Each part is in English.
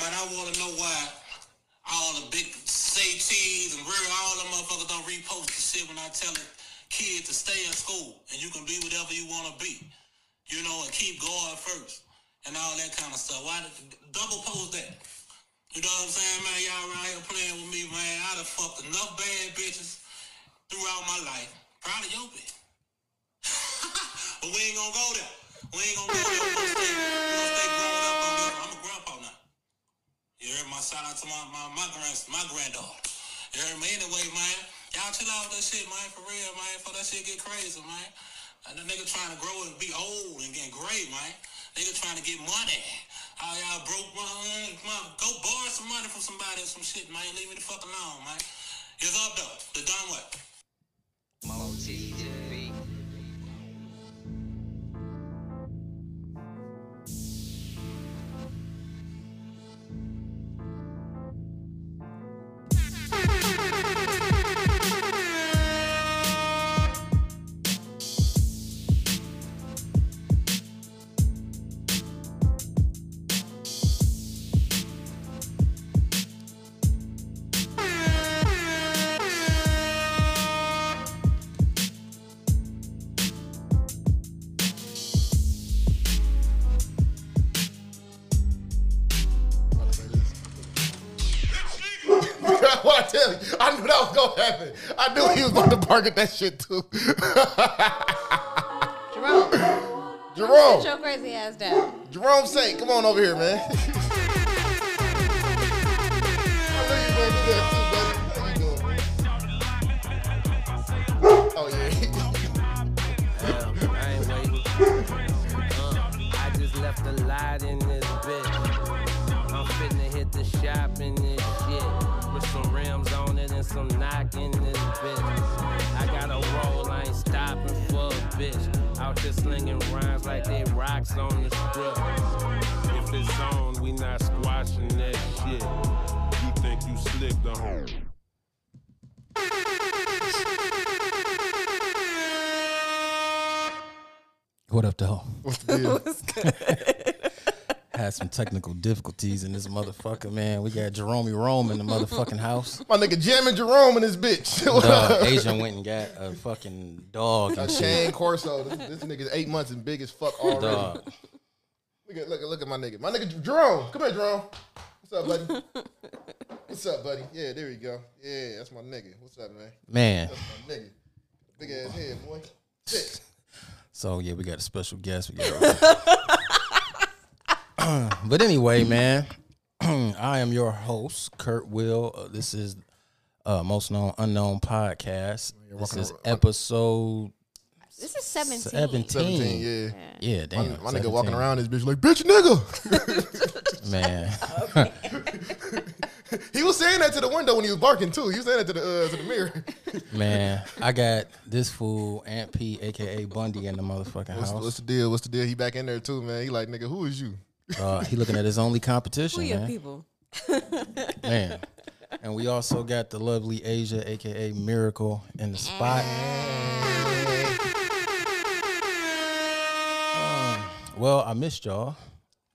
I want to know why all the big say cheese and real all the motherfuckers don't repost the shit when I tell a kid to stay in school and you can be whatever you want to be, you know, and keep God first and all that kind of stuff. Why the- double post that? You know what I'm saying, man? Y'all around here playing with me, man. I done fucked enough bad bitches throughout my life. Probably your bitch. But we ain't gonna go there. We ain't gonna go there. We're gonna stay, we gonna stay grown up on this. I'm a grandpa now. You heard my shout out to my my my grand my granddaughter. You heard me anyway, man. Y'all chill out with that shit, man. For real, man. For that shit get crazy, man. And the nigga trying to grow and be old and get gray, man. Nigga trying to get money. All y'all broke my own. My, go borrow some money from somebody or some shit, man. Leave me the fuck alone, man. It's up though. The done what? I tell you, I knew that was gonna happen. I knew he was going to bargain that shit too. Jerome, sit Jerome, your crazy ass down. Jerome Saint, come on over here, man. I knew you were gonna do that too, baby. How you doing? Oh yeah. Damn, I ain't waiting. Uh, I just left a lot in this bitch. I'm finna hit the shop in this shit. With some rims on it and some knock in this bitch. I got a roll, I ain't stopping for a bitch. Out here slinging rhymes like they rocks on the strip. If it's on, we not squashing that shit. You think you uh-huh. slick, the home? What up, though? What's the deal? Had some technical difficulties in this motherfucker, man. We got Jerome Rome in the motherfucking house. My nigga jamming Jerome in this bitch. What Dog, up? Asian went and got a fucking dog A and shit. Shane Corso. This, this nigga's eight months and big as fuck already. Dog. Look at, look at look at my nigga. My nigga Jerome. Come here, Jerome. What's up, buddy? What's up, buddy? Yeah, there you go. Yeah, that's my nigga. What's up, man? Man. My nigga. Big ass head, boy. Shit. So yeah, we got a special guest. We got but anyway, man, I am your host, Kurt Will. Uh, this is uh, most known unknown podcast. This is episode This is 17. seventeen. 17, yeah. Yeah, damn. My nigga walking 17, around this bitch like, bitch nigga. man. he was saying that to the window when he was barking too. He was saying that to the uh, to the mirror. Man, I got this fool Aunt P, aka Bundy, in the motherfucking What's, what's house. the deal? What's the deal? He back in there too, man. He like, nigga, who is you? Uh, he looking at his only competition, Who your man. people? man. And we also got the lovely Asia, aka Miracle, in the spot. Um, well, I missed y'all.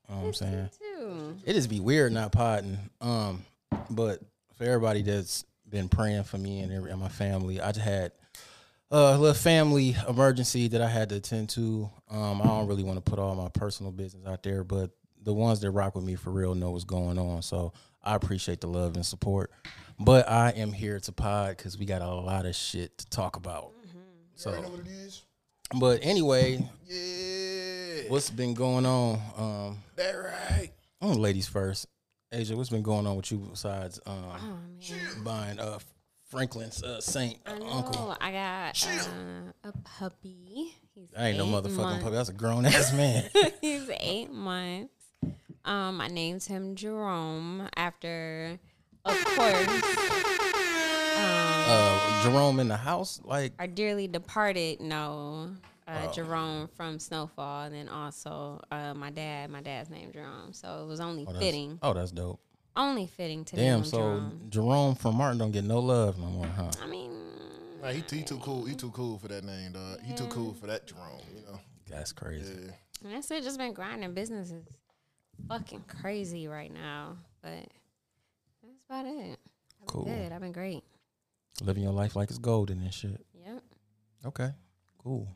You know what I'm saying Dude, it just be weird not potting. Um, but for everybody that's been praying for me and, every, and my family, I just had a little family emergency that I had to attend to. Um, I don't really want to put all my personal business out there, but the ones that rock with me for real know what's going on. So I appreciate the love and support. But I am here to pod because we got a lot of shit to talk about. Mm-hmm. So, What it is? but anyway, Yeah. what's been going on? Um, that right? Oh, ladies first. Asia, what's been going on with you besides um, Oh, buying uh, Franklin's uh, Saint uh, I know. uncle? Oh, I got uh, a puppy. He's I ain't no eight motherfucking months. puppy. That's a grown ass man. He's eight months. Um, I named him Jerome after, of course, uh, Jerome in the house, like our dearly departed. No, Oh. uh, Jerome from Snowfall, and then also uh, my dad. My dad's name Jerome, so it was only oh, that's- fitting. Oh, that's dope. Only fitting to name Damn. him So Jerome. Jerome. from Martin don't get no love no more, huh? I mean, Nah, he, he too cool. He too cool for that name, dog. He too cool for that Jerome. You know. That's crazy. that's it. Just been grinding. Business is fucking crazy right now, but But that's about it. I've been Cool. Good. I've been great. Living your life like it's golden and shit. Yep. Okay, cool.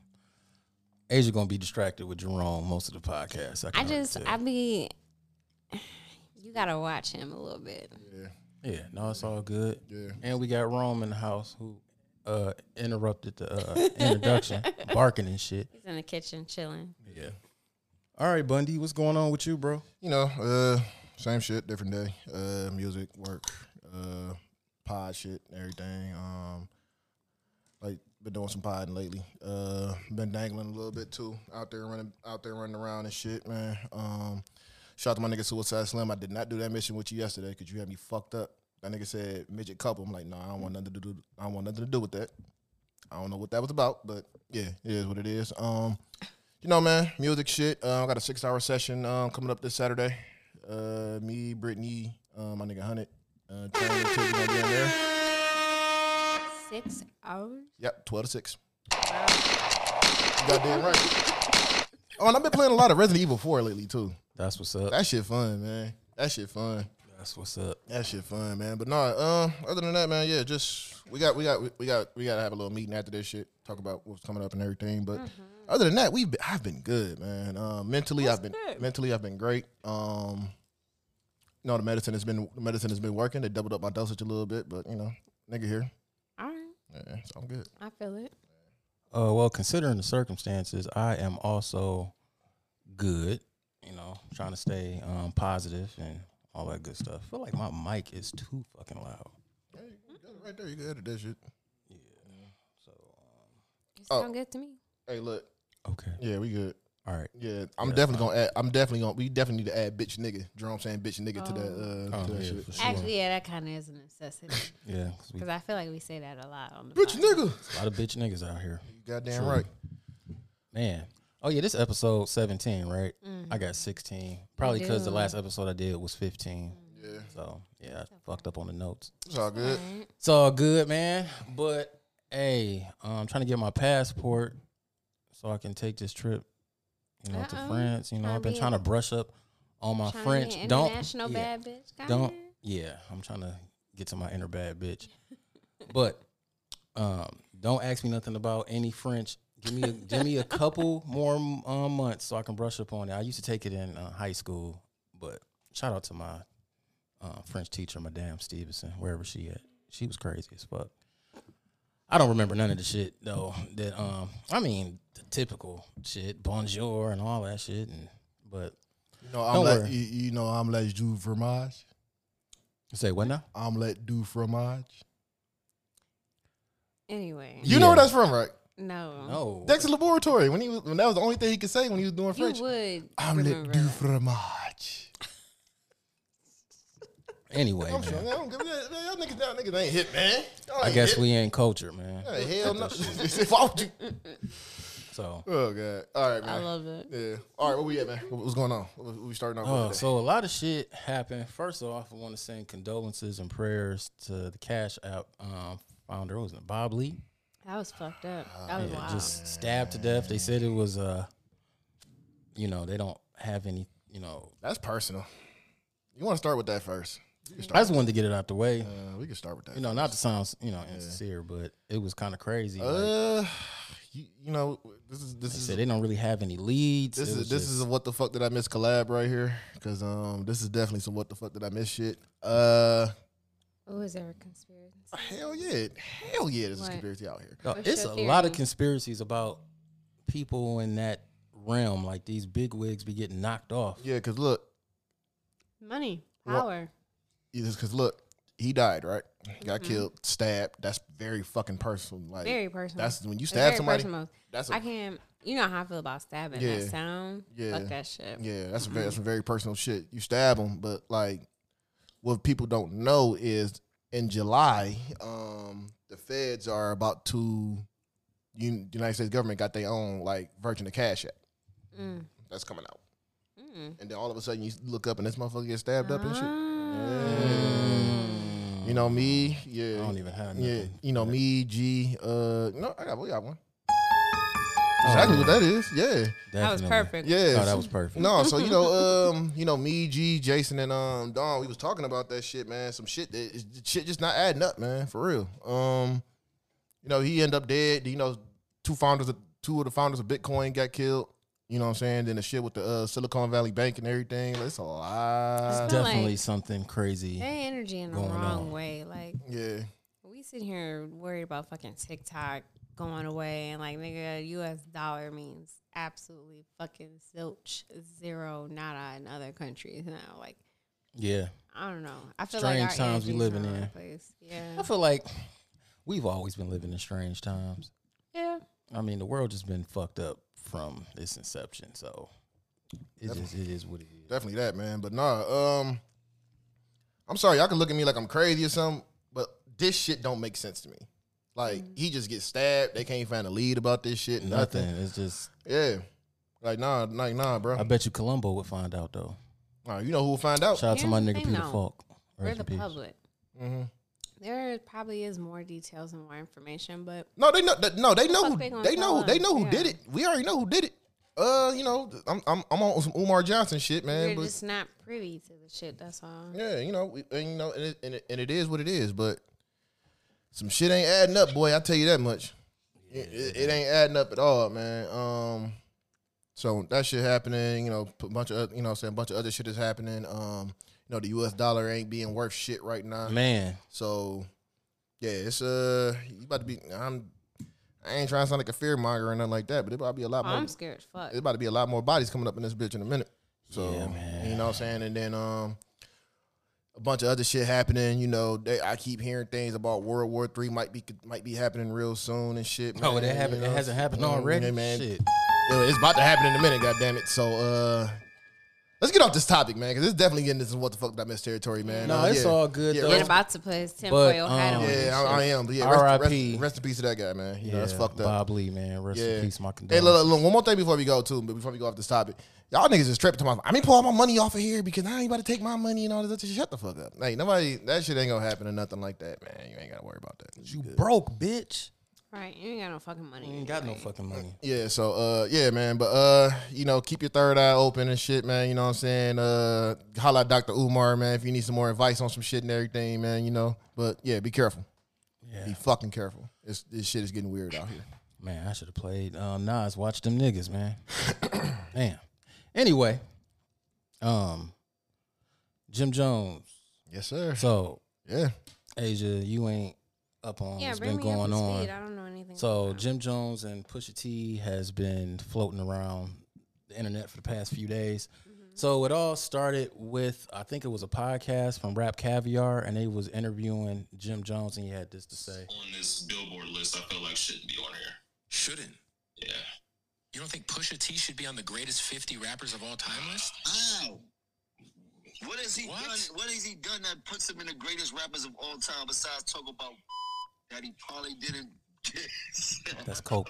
Asia gonna be distracted with Jerome most of the podcast. I, I can already just tell. I be. You gotta watch him a little bit. Yeah, yeah, no, it's all good. yeah. And we got Rome in the house who uh interrupted the uh, introduction, barking and shit. He's in the kitchen chilling. Yeah. All right, Bundy, what's going on with you, bro? You know, uh, same shit, different day. Uh, music, work, uh, pod shit, everything. Um, like been doing some podding lately. Uh, been dangling a little bit too out there running, out there running around and shit, man. Um, shout out to my nigga Suicide Slim. I did not do that mission with you yesterday because you had me fucked up. That nigga said midget couple. I'm like, nah, I don't want nothing to do. I don't want nothing to do with that. I don't know what that was about, but yeah, it is what it is. Um, you know, man, music shit. Uh, I got a six hour session um, coming up this Saturday. Uh, me, Brittany, uh, my nigga Hunnit, uh, Tanya, Tiff, we gonna be in there. Six hours. Yep, twelve to six. Goddamn right. Oh, and I've been playing a lot of Resident Evil Four lately too. That's what's up. That shit fun, man. That shit fun. That's what's up. That shit fun, man. But no, um, other than that, man, yeah, just we got we got we got we gotta have a little meeting after this shit, talk about what's coming up and everything. But other than that, we've been, I've been good, man. Uh, mentally, I've been mentally I've been great. Um, you know, the medicine has been the medicine has been working. They doubled up my dosage a little bit, but you know, nigga here, All right. yeah, it's all good. I feel it. Uh, well, considering the circumstances, I am also good. You know, trying to stay um, positive and all that good stuff. I feel like my mic is too fucking loud. Hey, you got it right there, you can edit that shit. You Oh. sound good to me. Hey, look, Okay. yeah, we good. All right. Yeah, I'm definitely gonna add. I'm definitely gonna. We definitely need to add bitch nigga. Jerome saying bitch nigga to that. Uh, Oh, to that yeah, shit. for sure. Actually, yeah, that kind of is a necessity Yeah. 'cause we, because I feel like we say that a lot on the Bitch podcast. nigga. a lot of bitch niggas out here. You goddamn right. Man. Oh yeah, this episode seventeen, right? Mm. I got sixteen. Probably because the last episode I did was fifteen. Yeah, So yeah, I fucked up on the notes. it's all good. It's all good, man. But hey, um, I'm trying to get my passport so I can take this trip, you know, to Uh-oh. France. You know, Tryna I've been be trying to brush up on my Tryna be French. an Don't international yeah, bad bitch. God don't damn. yeah. I'm trying to get to my inner bad bitch. but um, don't ask me nothing about any French. Give me a, give me a couple more um, months so I can brush up on it. I used to take it in uh, high school, but shout out to my uh, French teacher, Madame Stevenson, wherever she at. She was crazy as fuck. I don't remember none of the shit though. That um, I mean, the typical shit, bonjour and all that shit. And but You know, I'm worry. let, you, you know, I'm let du fromage. say what now? I'm let du fromage. Anyway, You know where Yeah. that's from, right? no, No, Dexter Laboratory. When he was, when that was the only thing he could say when he was doing French. you would. I'm let remember du that. fromage. Anyway, I'm man, sure, man, I don't give a damn. Man, Y'all niggas, y'all niggas ain't hit, man. Y'all I ain't guess hip. we ain't cultured, man. Hey, hell no. Why would you- So, Oh god. All right, I man. love it. yeah. All right, where we at, man? What, what's going on? What, what we starting off uh, with today? so a lot of shit happened. First off, I want to send condolences and prayers to the Cash App um, founder, was it Bob Lee? That was fucked up. Oh, That was Uh, Yeah, wild. just stabbed to death. They said it was uh, you know, they don't have any, you know. That's personal. You want to start with that first? You can I start. just wanted to get it out the way. Uh, we can start with that. You know, not to sound, you know, insincere, but it was kind of crazy. like, Uh, you, you know, this is this they is said they don't really have any leads. this It is was this just- is a what the fuck did I miss collab right here? Cause um, this is definitely some what the fuck did I miss shit. Uh, Oh, is there a conspiracy? hell yeah, hell yeah, there's What? a conspiracy out here. No, What's it's a your lot of theory? conspiracies about people in that realm. Like these big wigs be getting knocked off. Yeah, cause look, Money, Well- power. yeah, just cause look, he died right, got killed, stabbed. That's very fucking personal. Mm-hmm. Like very personal. that's when you It's stab very somebody. personal. That's a I can't. You know how I feel about stabbing. Yeah. That sound. Yeah. Fuck that shit. Yeah, that's a Mm-hmm. very, that's some very personal shit. You stab them, but like, what people don't know is in July, um, the feds are about to. Un- the United States government got their own like Virgin of Cash Act Mm. that's coming out, Mm. Uh-huh. and then all of a sudden you look up and this motherfucker gets stabbed up and shit. Mm. You know me, I yeah, don't even have nothing. yeah. You know me, G. Uh, no, I got we got one. Oh. Exactly what that is. Yeah. That was Definitely. perfect. Yeah. No, Oh, that was perfect. No, so you know, um, you know, me, G, Jason, and um, Don, we was talking about that shit, man. Some shit that is, shit just not adding up, man, for real. Um, you know, he ended up dead. You know, two founders, of, two of the founders of Bitcoin got killed. You know what I'm saying? Then the shit with the uh, Silicon Valley Bank and everything. Like, it's a lot. It's kinda Definitely like- something crazy. That energy in the Going wrong on. way. Like Yeah. we sit here worried about fucking TikTok going away and like nigga, US dollar means absolutely fucking zilch, zero, nada in other countries now. Like Yeah. I don't know. I feel like Strange our times we energy's living in the in. right place. Yeah. I feel like we've always been living in strange times. Yeah. I mean, the world just been fucked up from its inception. So it is it is what it is. Definitely that, man. But nah, um, I'm sorry, y'all can look at me like I'm crazy or something, but this shit don't make sense to me. Like he just gets stabbed. They can't find a lead about this shit. Nothing. Nothing. It's just Yeah. Like nah, like nah, bro. I bet you Columbo would find out though. Nah, you know who will find out? Shout out to Here's my the nigga thing, Peter though. Falk. We're Rest the in peace. public. Mhm. There probably is more details and more information, but No, they know. that- No, they know. Fuck Who, they gonna they tell know. They us, know who did yeah. it. We already know who did it. Uh, you know, I'm I'm I'm on some Umar Johnson shit, man. we're But just not privy to the shit. That's all. yeah, you know, we, and you know, and it, and, it, and it is what it is. But some shit ain't adding up, boy. I tell you that much. It, it- it ain't adding up at all, man. Um, so that shit happening. You know, a bunch of oth- you know, what I'm saying a bunch of other shit is happening. Um, you know, the U.S. dollar ain't being worth shit right now. Man, So, yeah, it's uh, you about to be. I'm. I ain't trying to sound like a fear monger or nothing like that, but it about to be a lot more. Oh, I'm scared as fuck. It's about to be a lot more bodies coming up in this bitch in a minute. So Yeah, man. you know what I'm saying, and then um, a bunch of other shit happening. You know, they, I keep hearing things about World War Three might be might be happening real soon and shit. oh, man, that happened. you know? It hasn't happened Mm, already. yeah, man. Shit. Yeah, It's about to happen in a minute. God damn it. So uh. Let's get off this topic, man, because it's definitely getting into what the fuck did I miss territory, man. No, Uh, it's yeah. all good, Yeah, though. rest- and about to put his But, tinfoil hat um, on. yeah, I, I am. But yeah, rest, R.I.P.. rest, rest in peace to that guy, man. You know, that's fucked up. Bob Lee, man. Rest yeah. in peace, my hey, condolences. look, look, look, one more thing before we go too, but before we go off this topic, y'all niggas is tripping to my. I mean, pull all my money off of here because I ain't about to take my money and all this. other shit. Shut the fuck up. Like nobody, that shit ain't gonna happen or nothing like that, man. You ain't gotta worry about that. you broke, bitch. Right. You ain't got no fucking money. You ain't got no fucking money. Yeah, so uh yeah, man. But uh, you know, keep your third eye open and shit, man. You know what I'm saying? Uh holla at Dr. Umar, man, if you need some more advice on some shit and everything, man, you know. But yeah, be careful. Yeah. Be fucking careful. It's, this shit is getting weird out here. Man, I should have played um, Nas. Watch them niggas, man. Damn. Anyway, um, Jim Jones. Yes, sir. So Yeah. Asia, you ain't up on Yeah, what's bring been me up going to on. speed. I don't know anything. So about Jim Jones and Pusha T has been floating around the internet for the past few days. Mm-hmm. So it all started with I think it was a podcast from Rap Caviar, and they was interviewing Jim Jones, and he had this to say. on this billboard list I feel like shouldn't be on here. Shouldn't. Yeah. You don't think Pusha T should be on the greatest 50 rappers of all time list? Ow. What has he What? done? What has he done that puts him in the greatest rappers of all time besides talk about that he probably didn't get? That's Coke.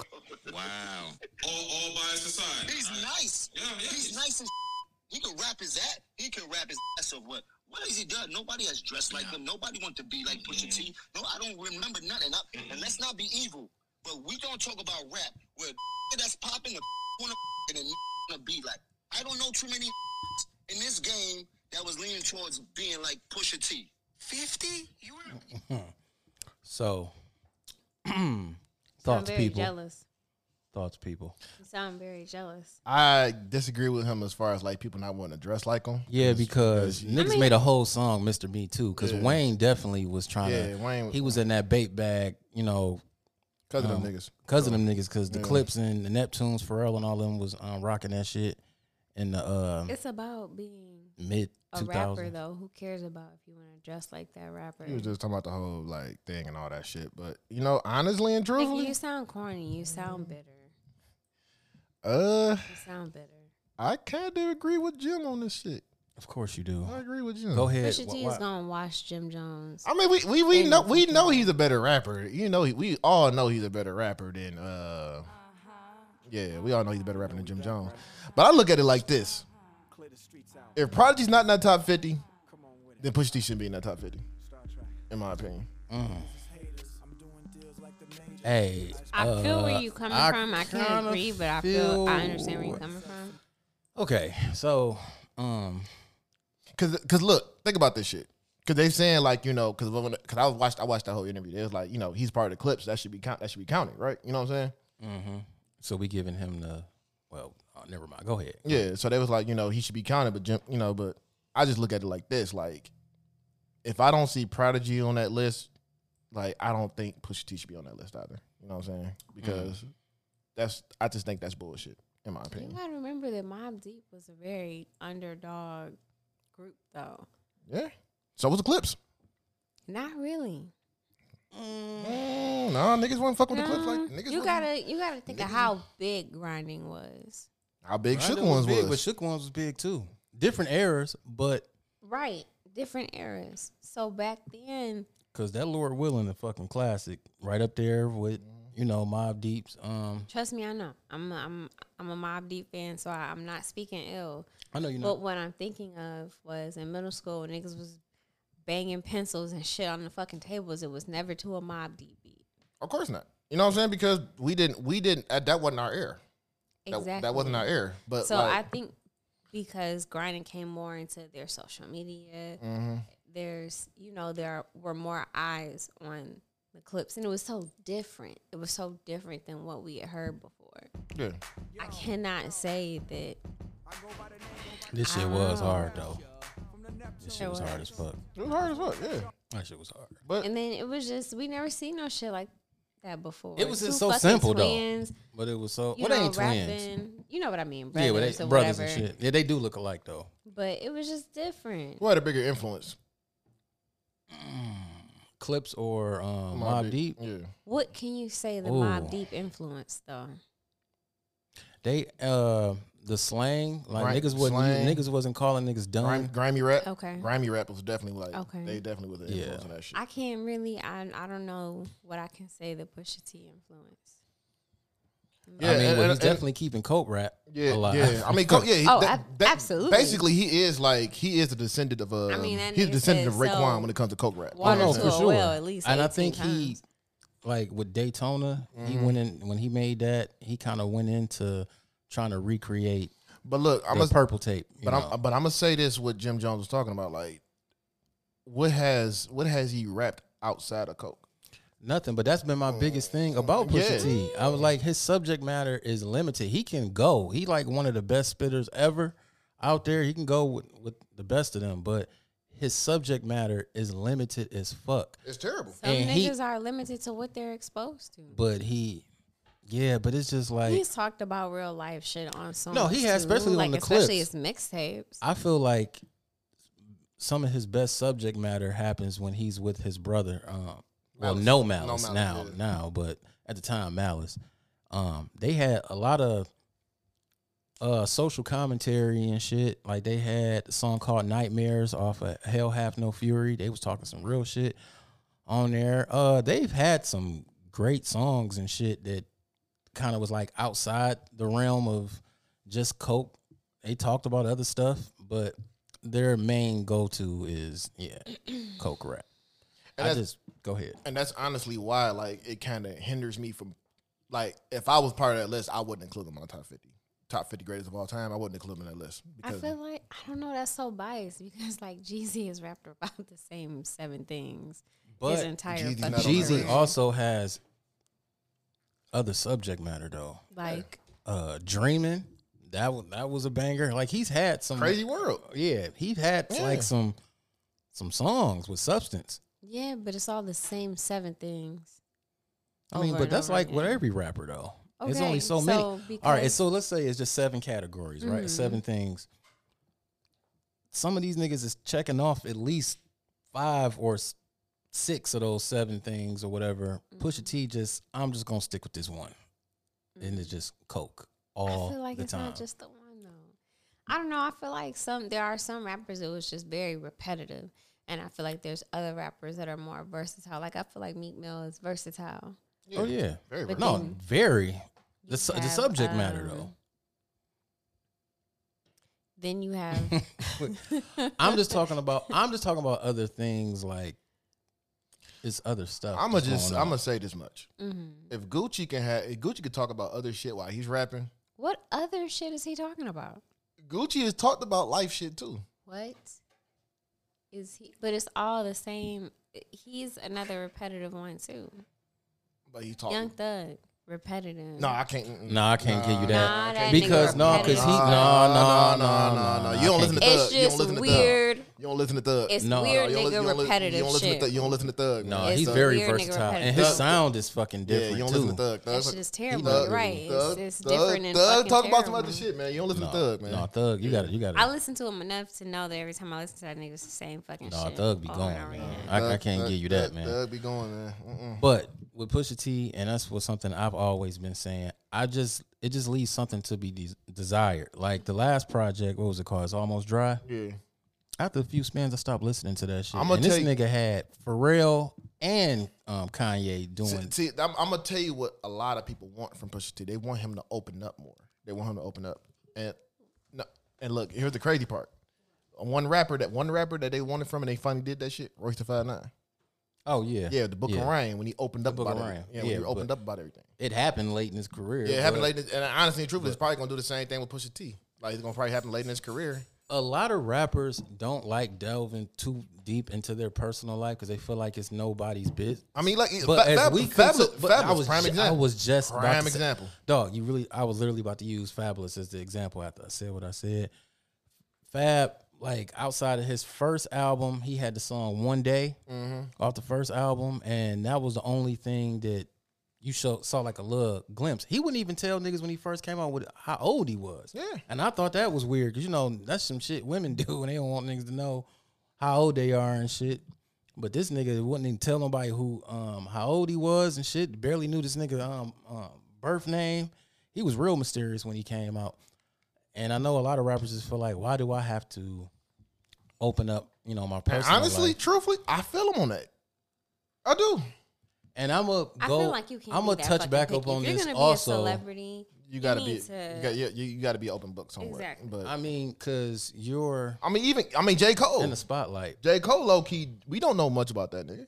Wow. all, all by society. He's nice. Yeah, yeah. He's nice as he can rap his ass. He can rap his ass off. What? What has he done? Nobody has dressed like him. Nobody want to be like Pusha T. No, I don't remember nothing. I, and let's not be evil. But we don't talk about rap. Where that's popping, the want to and want to be like. I don't know too many in this game that was leaning towards being like Pusha T. 50? You were So it. You sound thoughts, very people. jealous. Thoughts, people. You sound very jealous. I disagree with him as far as like people not wanting to dress like him. Yeah, because niggas mean- made a whole song, Mr. Me Too, because Wayne definitely was trying yeah, to. Wayne was He was in that bait bag, you know, because of them niggas. because of them niggas. Because the clips and the Neptunes, Pharrell, and all them was um, rocking that shit in the uh, It's about being mid a two rapper, thousand. though. Who cares about if you want to dress like that rapper? He was just talking about the whole like thing and all that shit. But you know, honestly and Nigga, truthfully, you sound corny. You sound bitter. uh, You sound bitter. I kind of agree with Jim on this shit. Of course you do. I agree with Jim. Go ahead. Pusha Wha- T wha- is gonna watch Jim Jones. I mean, we we, we know we know he's a better rapper. You know, he, we all know he's a better rapper than uh, yeah, we all know he's a better rapper than Jim Jones. But I look at it like this: if Prodigy's not in that top fifty, then Pusha T shouldn't be in that top fifty, in my opinion. Hey, I feel where uh, you coming I from. I can't kinda agree, but I feel I understand where feel- you're coming from. Okay, so um, Cause, cause look, think about this shit. Cause they saying like you know, cause when, cause I watched I watched that whole interview. They was like you know he's part of the clips. That should be count. That should be counted, right? You know what I'm saying? mm-hmm. so we giving him the well, oh, never mind. Go ahead. Yeah. So they was like you know he should be counted, but Jim, you know, but I just look at it like this: like if I don't see Prodigy on that list, like I don't think Pusha T should be on that list either. You know what I'm saying? Because Mm. that's I just think that's bullshit in my You opinion. gotta remember that Mob Deep was a very underdog group, though. Yeah. So was the clips. Not really. Mm, nah, niggas wasn't fuck with the clips like No, niggas. Mm-hmm. you wasn't- gotta you gotta think of how big grinding was. how big Sugar Rondo ones big, was. but Shook ones was big too. Different eras, but Right. Different eras. So back then, because that Lord Willing, the fucking classic, right up there with you know Mob Deep's. Um, trust me, I know. I'm a, I'm I'm a Mob Deep fan, so I, I'm not speaking ill. I know you But know. what I'm thinking of was in middle school, niggas was banging pencils and shit on the fucking tables. It was never to a Mob Deep beat. Of course not. You know what I'm saying? Because we didn't, we didn't. Uh, that wasn't our air. That, Exactly. that wasn't our air. But So like, I think because grinding came more into their social media, Mm-hmm. there's you know there were more eyes on the clips, and it was so different. It was so different than what we had heard before. yeah. I cannot say that This shit was hard though. This shit It was was. hard as fuck. it was hard as fuck. Yeah, That shit was hard. but And then it was just we never seen no shit like that before. It was just Two so fucking simple, though. twins, But it was so. You What know, ain't twins? rapping. You know what I mean? Brothers Yeah, well, they, or brothers whatever. and shit. Yeah, they do look alike though. But it was just different. who had a bigger influence? Clips or um, Mobb Mob Deep. Yeah, What can you say the Ooh. Mob Deep influence though? They uh the slang like Right, niggas wasn't slang. niggas wasn't calling niggas dumb. Grime, grimy rap. Okay. grimy rap was definitely like. Okay. they definitely was an influence Yeah. on that shit. I can't really. I I don't know what I can say the Pusha T influence. yeah, I and- mean, well, he's and- and- definitely keeping cope rap Yeah, alive. yeah. I mean, co- yeah. he- Oh, ab- absolutely. Basically, he is like he is the descendant of. Uh, I mean, that he's a nigga descendant of said Raekwon so. when it comes to coke rap. I Water know to Oh, for a sure. well at least. and I 18 think he, times. like with Daytona, he Mm-hmm. went in when he made that. He kind of went into trying to recreate But look, I'm the a, purple tape. you But know. I'm but I'm gonna say this: what Jim Jones was talking about, like what has what has he rapped outside of coke? nothing. But that's been my biggest thing about Pusha Yeah. T. I was like, his subject matter is limited. He can go. He like one of the best spitters ever out there. He can go with, with the best of them, but his subject matter is limited as fuck. It's terrible. Some and he- niggas are limited to what they're exposed to. But he, yeah, but it's just like He's talked about real life shit on songs. No, he has, too, especially on like, the especially clips. his mixtapes. I feel like some of his best subject matter happens when he's with his brother. Um, well, Malice. no No malice, Malice, now, yeah. now, but at the time, malice. Um, they had a lot of uh social commentary and shit. Like they had a song called "Nightmares" off of "Hell Hath No Fury." They was talking some real shit on there. Uh, they've had some great songs and shit that kind of was like outside the realm of just cope. They talked about other stuff, but their main go to is yeah, coke rap. And I that's- just go ahead. And that's honestly why, like, it kind of hinders me from, like, if I was part of that list, I wouldn't include him on the top fifty, top fifty greatest of all time. I wouldn't include him in that list I because feel like I don't know. That's so biased because like Jeezy has rapped about the same seven things his But entire Jeezy's fucking not on that career. Jeezy also has other subject matter though. like Uh, dreaming that was, that was a banger. Like he's had some crazy world. Yeah, he had Yeah. like some some songs with substance. yeah, but it's all the same seven things. I mean, Over but and that's over like what again. every rapper though. It's only Okay, so, many. so All right, because- Mm-hmm. so let's say it's just seven categories, right? Seven things. Some of these niggas is checking off at least five or s- six of those seven things or whatever. Mm-hmm. Pusha T just, I'm just gonna stick with this one, and it's just coke all I feel like the it's time. not just the one though. I don't know. I feel like some there are some rappers that was just very repetitive, and I feel like there's other rappers that are more versatile. Like I feel like Meek Mill is versatile. oh yeah, Very But no, then very. The, su- the have, subject matter um, though. Then you have I'm just talking about I'm just talking about other things like it's other stuff. I'ma that's just going on. I'ma say this much. Mm-hmm. If Gucci can have if Gucci can talk about other shit while he's rapping, What other shit is he talking about? Gucci has talked about life shit too. What is he? But it's all the same. He's another repetitive one too. But he Oh. talking. Young Thug, repetitive. No, I can't. mm-mm. Nah, I can't give Nah, you that. that nigga because no, because he no repetitive. no no Nah, no nah, no. nah. I You don't can't listen to give- Thug. It's You don't just listen to Thug. weird. You don't listen to Thug. It's No, no, weird you nigga don't listen- you don't li- repetitive you don't listen shit. To thug, you don't listen to Thug. No, man. he's Thug. very Weird nigga versatile, and repetitive. his Thug- sound is fucking Yeah, you different don't too. listen to Thug. Thug That shit is terrible. You're right. It's, it's different and Thug fucking talk about some terrible. other shit, man. You don't listen no, to Thug, man. no, thug, you got to You got I to listen to him enough to know that every time I listen to that nigga, it's the same fucking No, shit. Oh, Thug be over gone, and over man. again. I, I Thug- can't Thug- give you that, Thug- man. Thug be going, man. Mm-mm. But with Pusha T, and that's what something I've always been saying. I just it just leaves something to be des- desired. Like the last project, what was it called? It's almost dry. Yeah. After a few spins, I stopped listening to that shit. I'ma and this tell you- nigga had Pharrell and um, Kanye doing. See, see, I'm, I'm gonna tell you what a lot of people want from Pusha T. They want him to open up more. They want him to open up. And no, and look, here's the crazy part. One rapper that one rapper that they wanted from, and they finally did that shit. Royce the Five Nine. oh yeah, Yeah, the Book of Ryan when he opened up Book about of everything. Rhyme. Yeah, when Yeah, he opened but- up about everything. It happened late in his career. Yeah, it happened but late. In, and honestly, and truthfully, it's probably gonna do the same thing with Pusha T. Like it's gonna probably happen late in his career. A lot of rappers don't like delving too deep into their personal life because they feel like it's nobody's business. I mean, like, But Fa- as Fab- we Fabulous- continue- but I Fabulous, was prime ju- example. I was just about prime to say- example. dog, you really, I was literally about to use Fabulous as the example after I said what I said. Fab, like outside of his first album, he had the song One Day Mm-hmm. off the first album, and that was the only thing that you show, saw like a little glimpse. He wouldn't even tell niggas when he first came out with how old he was. Yeah. And I thought that was weird because, you know, that's some shit women do and they don't want niggas to know how old they are and shit. But this nigga wouldn't even tell nobody who um how old he was and shit. Barely knew this nigga um, um birth name. He was real mysterious when he came out. And I know a lot of rappers just feel like, why do I have to open up, you know, my And personal honestly, life? truthfully, I feel him on that. I do. And I'm a go. I feel like you can't. I'm be gonna that touch fucking back picky. up on If you're this gonna also. Be a celebrity. You gotta need be. to- You got. You, you, you got to be open book somewhere. Exactly. But I i mean, cause you're mean, even I mean, J Cole. in the spotlight. J Cole, low key, we don't know much about that nigga.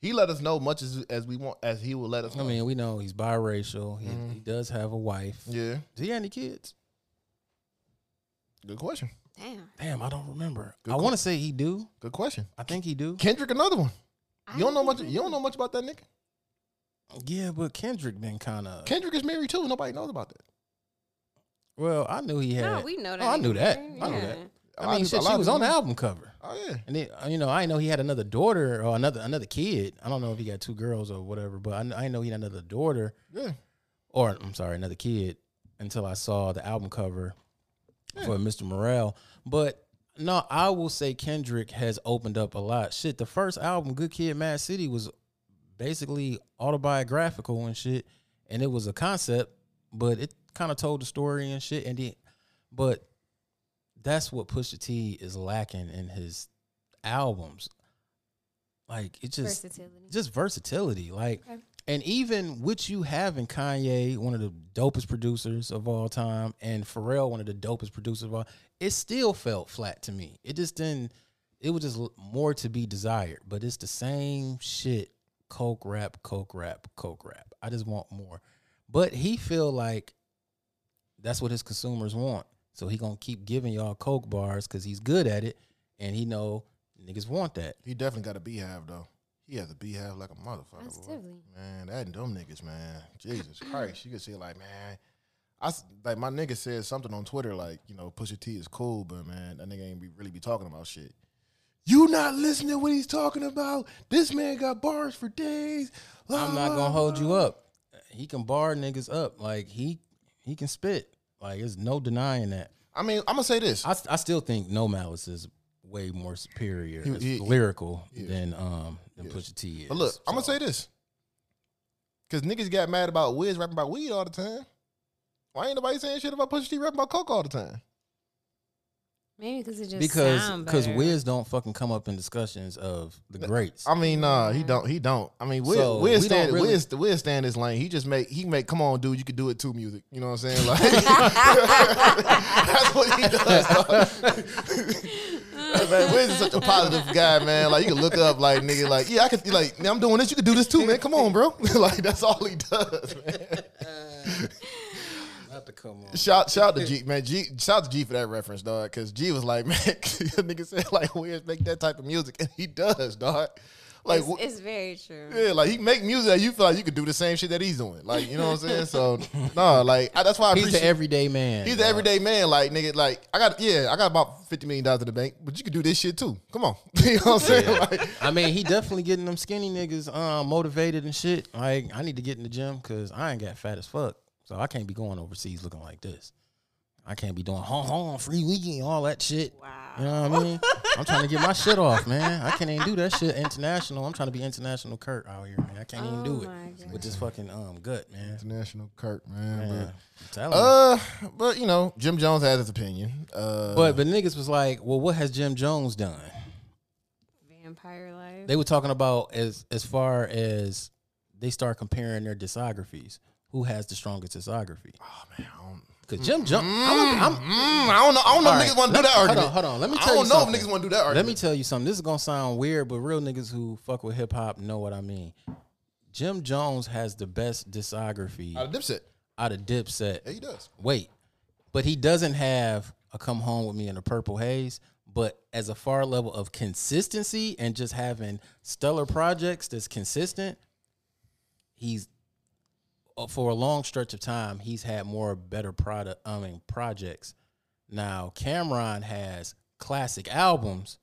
He let us know much as as we want as he will let us. I know. mean, we know he's biracial. He, he does have a wife. Mm-hmm. yeah. Do he have any kids? Good question. Damn. Damn, I don't remember. I want to say he do. Good question. I think he do. Kendrick, another one. I You don't know think much. I You don't know much about that nigga. Yeah, but Kendrick been kind of. Kendrick is married too. Nobody knows about that. Well, I knew he had. No, we know that. Oh, I knew nigga. that. I knew Yeah. that. A lot I mean, of shit, people- a she lot was of on the people- album cover. Oh yeah. And then uh, you know, I know he had another daughter or another another kid. I don't know if he got two girls or whatever, but I, kn- I know he had another daughter Yeah. or I'm sorry, another kid until I saw the album cover for Mr. Morel. But no, I will say Kendrick has opened up a lot. Shit, the first album, Good Kid, Mad City, was basically autobiographical and shit, and it was a concept, but it kind of told the story and shit. And then, but that's what Pusha T is lacking in his albums. Like it just Versatility. just versatility. Like, Okay. and even with you having Kanye, one of the dopest producers of all time, and Pharrell, one of the dopest producers of all, it still felt flat to me. It just didn't. It was just l- more to be desired, but it's the same shit. Coke rap, coke rap, coke rap. I just want more. But he feel like that's what his consumers want. So he gonna keep giving y'all coke bars because he's good at it, and he know niggas want that. He definitely got a beehive though. He has a beehive like a motherfucker. boy. Positively. Man, that and them niggas, man. Jesus Christ. You can see like, man. I s- like my nigga said something on Twitter like, you know, Pusha T is cool, but man, that nigga ain't be really be talking about shit. You not listening to what he's talking about? This man got bars for days. Blah, I'm not blah, gonna hold you blah. up. He can bar niggas up. Like he he can spit. Like there's no denying that. I mean, I'm gonna say this. I I still think No Malice is way more superior, He- as he- lyrical he is. than um than Pusha T is. But look, I'm gonna So, say this. Cause niggas got mad about Wiz rapping about weed all the time. Why ain't nobody saying shit about Pusha T rapping about coke all the time? Maybe because it just because sound because better. Wiz don't fucking come up in discussions of the greats. I mean, nah, he don't. He don't. I mean, Wiz, So, Wiz we don't stand, really- Wiz, Wiz stand his lane. He just make, he make, come on, dude, you can do it too. Music, you know what I'm saying? Like, that's what he does. dog. man, Wiz is such a positive guy, man. Like you can look up, like nigga, like yeah, I could like I'm doing this. You could do this too, man. Come on, bro. like that's all he does, man. Not to come on. Shout shout to G, man. G shout to G for that reference, dog. Because G was like, man, nigga said like Wiz make that type of music, and he does, dog. Like It's, it's very true. Yeah, like he make music that you feel like you could do the same shit that he's doing. Like, you know what I'm saying? So, no, like I, that's why I He's appreciate. the everyday man. he's dog. an everyday man. Like, nigga, like I got yeah, I got about fifty million dollars in the bank, but you could do this shit too. Come on, you know what I'm saying? Like, I mean, he definitely getting them skinny niggas um, motivated and shit. Like, I need to get in the gym because I ain't got fat as fuck, so I can't be going overseas looking like this. I can't be doing home home free weekend all that shit. Wow. You know what I mean? I'm trying to get my shit off, man. I can't even do that shit international. I'm trying to be international Kurt out here, man. I can't even do Oh it my God. with this fucking um gut, man. international Kirk, man. Yeah. But, I'm telling you. uh, but you know, Jim Jones has his opinion. Uh, But but niggas was like, well, what has Jim Jones done? Vampire life. They were talking about as as far as they start comparing their discographies. Who has the strongest discography? Oh, Because Jim Jones, I'm, I'm, Mm, I don't know. I don't know. All if right. Niggas want to do Let- that hold on, argument. hold on. Let me I tell you don't know something. if niggas want to do that argument. let me tell you something. This is gonna sound weird, but real niggas who fuck with hip hop know what I mean. Jim Jones has the best discography Out of Dipset, out of Dipset. yeah, he does. Wait, but he doesn't have a come home with me in a purple haze. But as a far level of consistency and just having stellar projects that's consistent, he's uh, for a long stretch of time he's had more better product. I mean projects. Now Cameron has classic albums,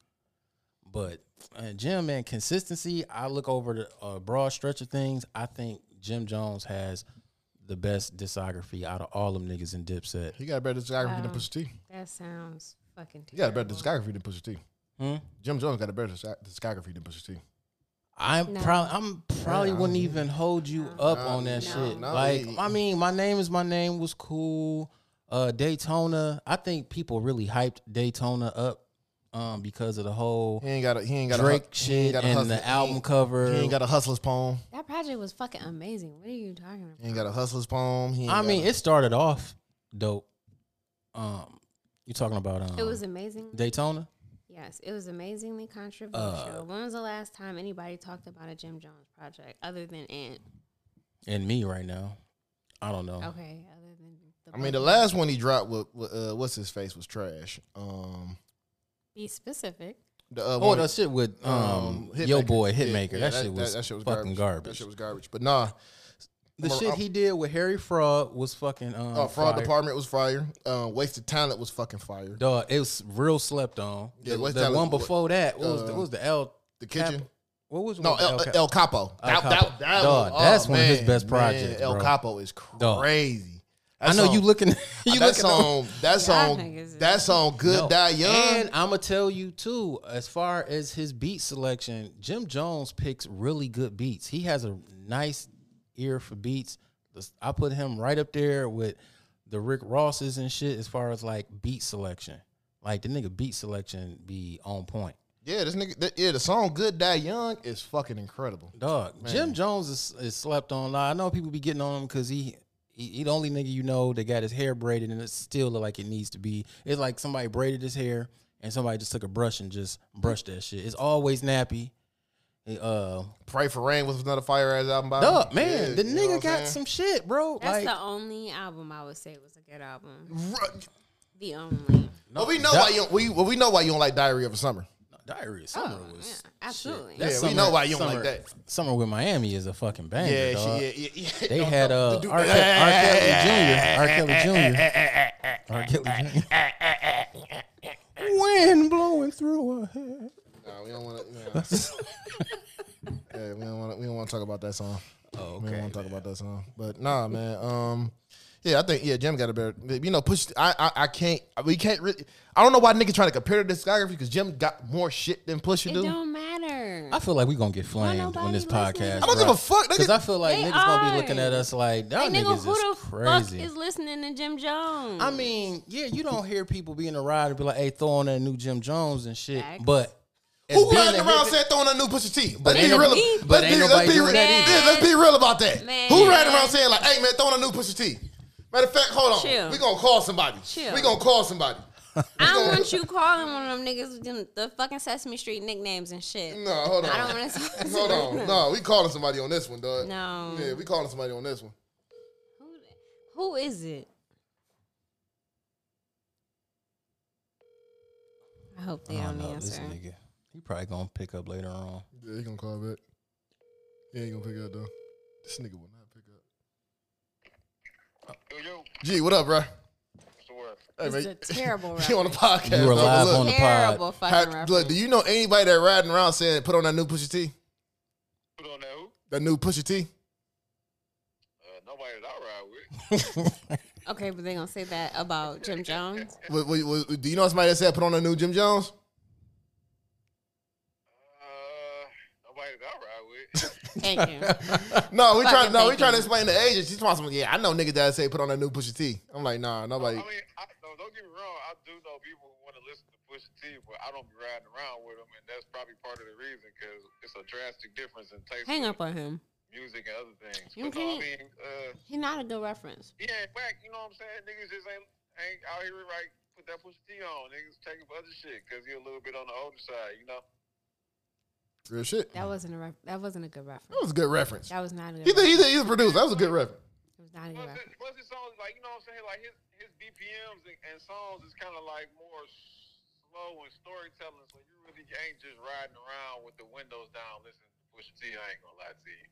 but uh, Jim and consistency. I look over the uh, broad stretch of things. I think Jim Jones has the best discography out of all them niggas in Dipset. He got a better discography than Wow. Pusha T. That sounds fucking terrible. Um, He got a better discography than Pusha T. Hmm? Jim Jones got a better disc- discography than Pusha T. I'm No. probably I'm probably wouldn't even hold you up on that no. shit. No. like I mean, my name is my name was cool. Uh, Daytona. I think people really hyped Daytona up um, because of the whole He ain't got a he ain't got Drake a, hu- he ain't shit got a and hustler- the album he ain't- cover. He ain't got a hustler's poem. That project was fucking amazing. What are you talking about? He ain't got a hustler's poem. He ain't I got mean, a, it started off dope. Um, you talking about um It was amazing. Daytona? Yes, it was amazingly Uh. controversial. when was the last time anybody talked about a Jim Jones project other than Ant? And me right now. I don't know. Okay, other than the I mean, the book. last one he dropped with, with uh, what's his face was trash. Um, be specific. the uh, Oh, one- that shit with um, Hitmaker. Yo Boy Yeah, Hitmaker. yeah, that, shit was fucking That garbage. shit was garbage. But nah, the I'm a- shit I'm- he did with Harry Fraud was fucking um, uh, fraud fire. department was fire. Uh, wasted talent was fucking fire. Dog, it was real slept on. Yeah, the what's the that- one before that, what was, the, uh, what was the L? The kitchen. Cap- What was the No, one with El, El Cap- El Capo. El That, Capo. that, that Dog, was- that's oh, one of his man, best man, projects, El bro. Capo is Dog. crazy. I know you looking. you that looking up- song. That song. niggas is- That song. Good No. die young. And I'm gonna tell you too, as far as his beat selection, Jim Jones picks really good beats. He has a nice ear for beats. This- I put him right up there with the Rick Rosses and shit as far as like beat selection. Like the nigga beat selection be on point. yeah, this nigga. That, yeah, the song "Good Die Young" is fucking incredible. Dog, Jim Jones is, is slept on. I know people be getting on him because he, he he the only nigga you know that got his hair braided and it still look like it needs to be. It's like somebody braided his hair and somebody just took a brush and just brushed that shit. It's always nappy. And, Uh, Pray for Rain was another fire ass album. By dog, him. man, Uh, Yeah, the you know what nigga I'm got saying? some shit, bro. That's like, the only album I would say was a good album. Ru- The only. Well, we know Di- why you don't- we well, we know why you don't like Diary of a Summer. Diary of Summer Oh, was yeah, shit. absolutely. That Yeah, we know why you don't like summer, that. Summer with Miami is a fucking banger. Yeah, dog. she, yeah, yeah, yeah. They Don't had know. uh, The dude- R. Kelly, R. Kelly Jr. R. Kelly Jr. R. Kelly Jr. Wind blowing through her hair. Nah, we don't want to. yeah, we don't want to. We don't want to talk about that song. Oh, okay. We don't want to talk about that song. But nah, man. Um, yeah, I think yeah, Jim got a better. You know, push. I I, I can't. We can't really. I don't know why niggas trying to compare the discography because Jim got more shit than Pusha It do. don't matter. I feel like we gonna get flamed nobody on this listening to podcast. that. I don't give a fuck. Nigga. Because I feel like They niggas gonna be are. looking at us like that Like, nigga, niggas who the is crazy. fuck is listening to Jim Jones? I mean, yeah, you don't hear people being a ride and be like, "Hey, throwing that new Jim Jones and shit," Facts. but as Who being riding a around hip- said throwing a new Pusha T? Let's be ain't real. nobody- Let's but ain't be, nobody let's be doing real. that Yeah, either. let's be real about that. Man. Who riding around saying like, "Hey man, throwing a new Pusha T"? Matter of fact, hold on. Chill. We gonna call somebody. Chill. We gonna call somebody. I don't want you calling one of them niggas with them, the fucking Sesame Street nicknames and shit. No, hold on. I don't want to. Hold on. No, we calling somebody on this one, dog. No. Yeah, we calling somebody on this one. Who, who is it? I hope they I don't, don't know this answer. nigga. He probably gonna pick up later on. Yeah, he gonna call back. He ain't gonna pick up though. This nigga will not pick up. Yo, yo, G, what up, bro? what's the word? Hey, It's a man, terrible you on reference. the podcast? You were dog, live look, on the Terrible how- fucking reference. look, do you know anybody that riding around saying put on that new Pusha T? Put on that who? That new Pusha T? Uh, nobody that I ride with. Okay, but they gonna say that about Jim Jones. Wa- wa- wa- do you know somebody that said put on a new Jim Jones? Uh, nobody that I ride with. Thank you. No, we Fucking trying. No, we thank trying to you. explain the agent. She's talking. Some, yeah, I know niggas that say put on a new Pusha T. I'm like, nah, I nobody. mean, I, no, don't get me wrong. I do know people who want to listen to Pusha T, but I don't be riding around with them, and that's probably part of the reason because it's a drastic difference in taste. Hang in up on him. Music and other things. You But no, I can't- mean, uh, He not a good reference. yeah, in fact, you know what I'm saying? Niggas just ain't ain't out here right. Put that Pusha T on. Niggas taking for other shit because he a little bit on the older side, you know. Real shit. That That wasn't a ref- that wasn't a good Hmm. reference. was a good reference. That was not a good. He's a, Reference. he's a, he's a producer. That was a good reference. It was not a good Plus, it, reference. plus his songs, like you know what I'm saying, like his his BPMs and, and songs is kind of like more slow and storytelling. So you really ain't just riding around with the windows down listening to Pusha T. I ain't gonna lie to you.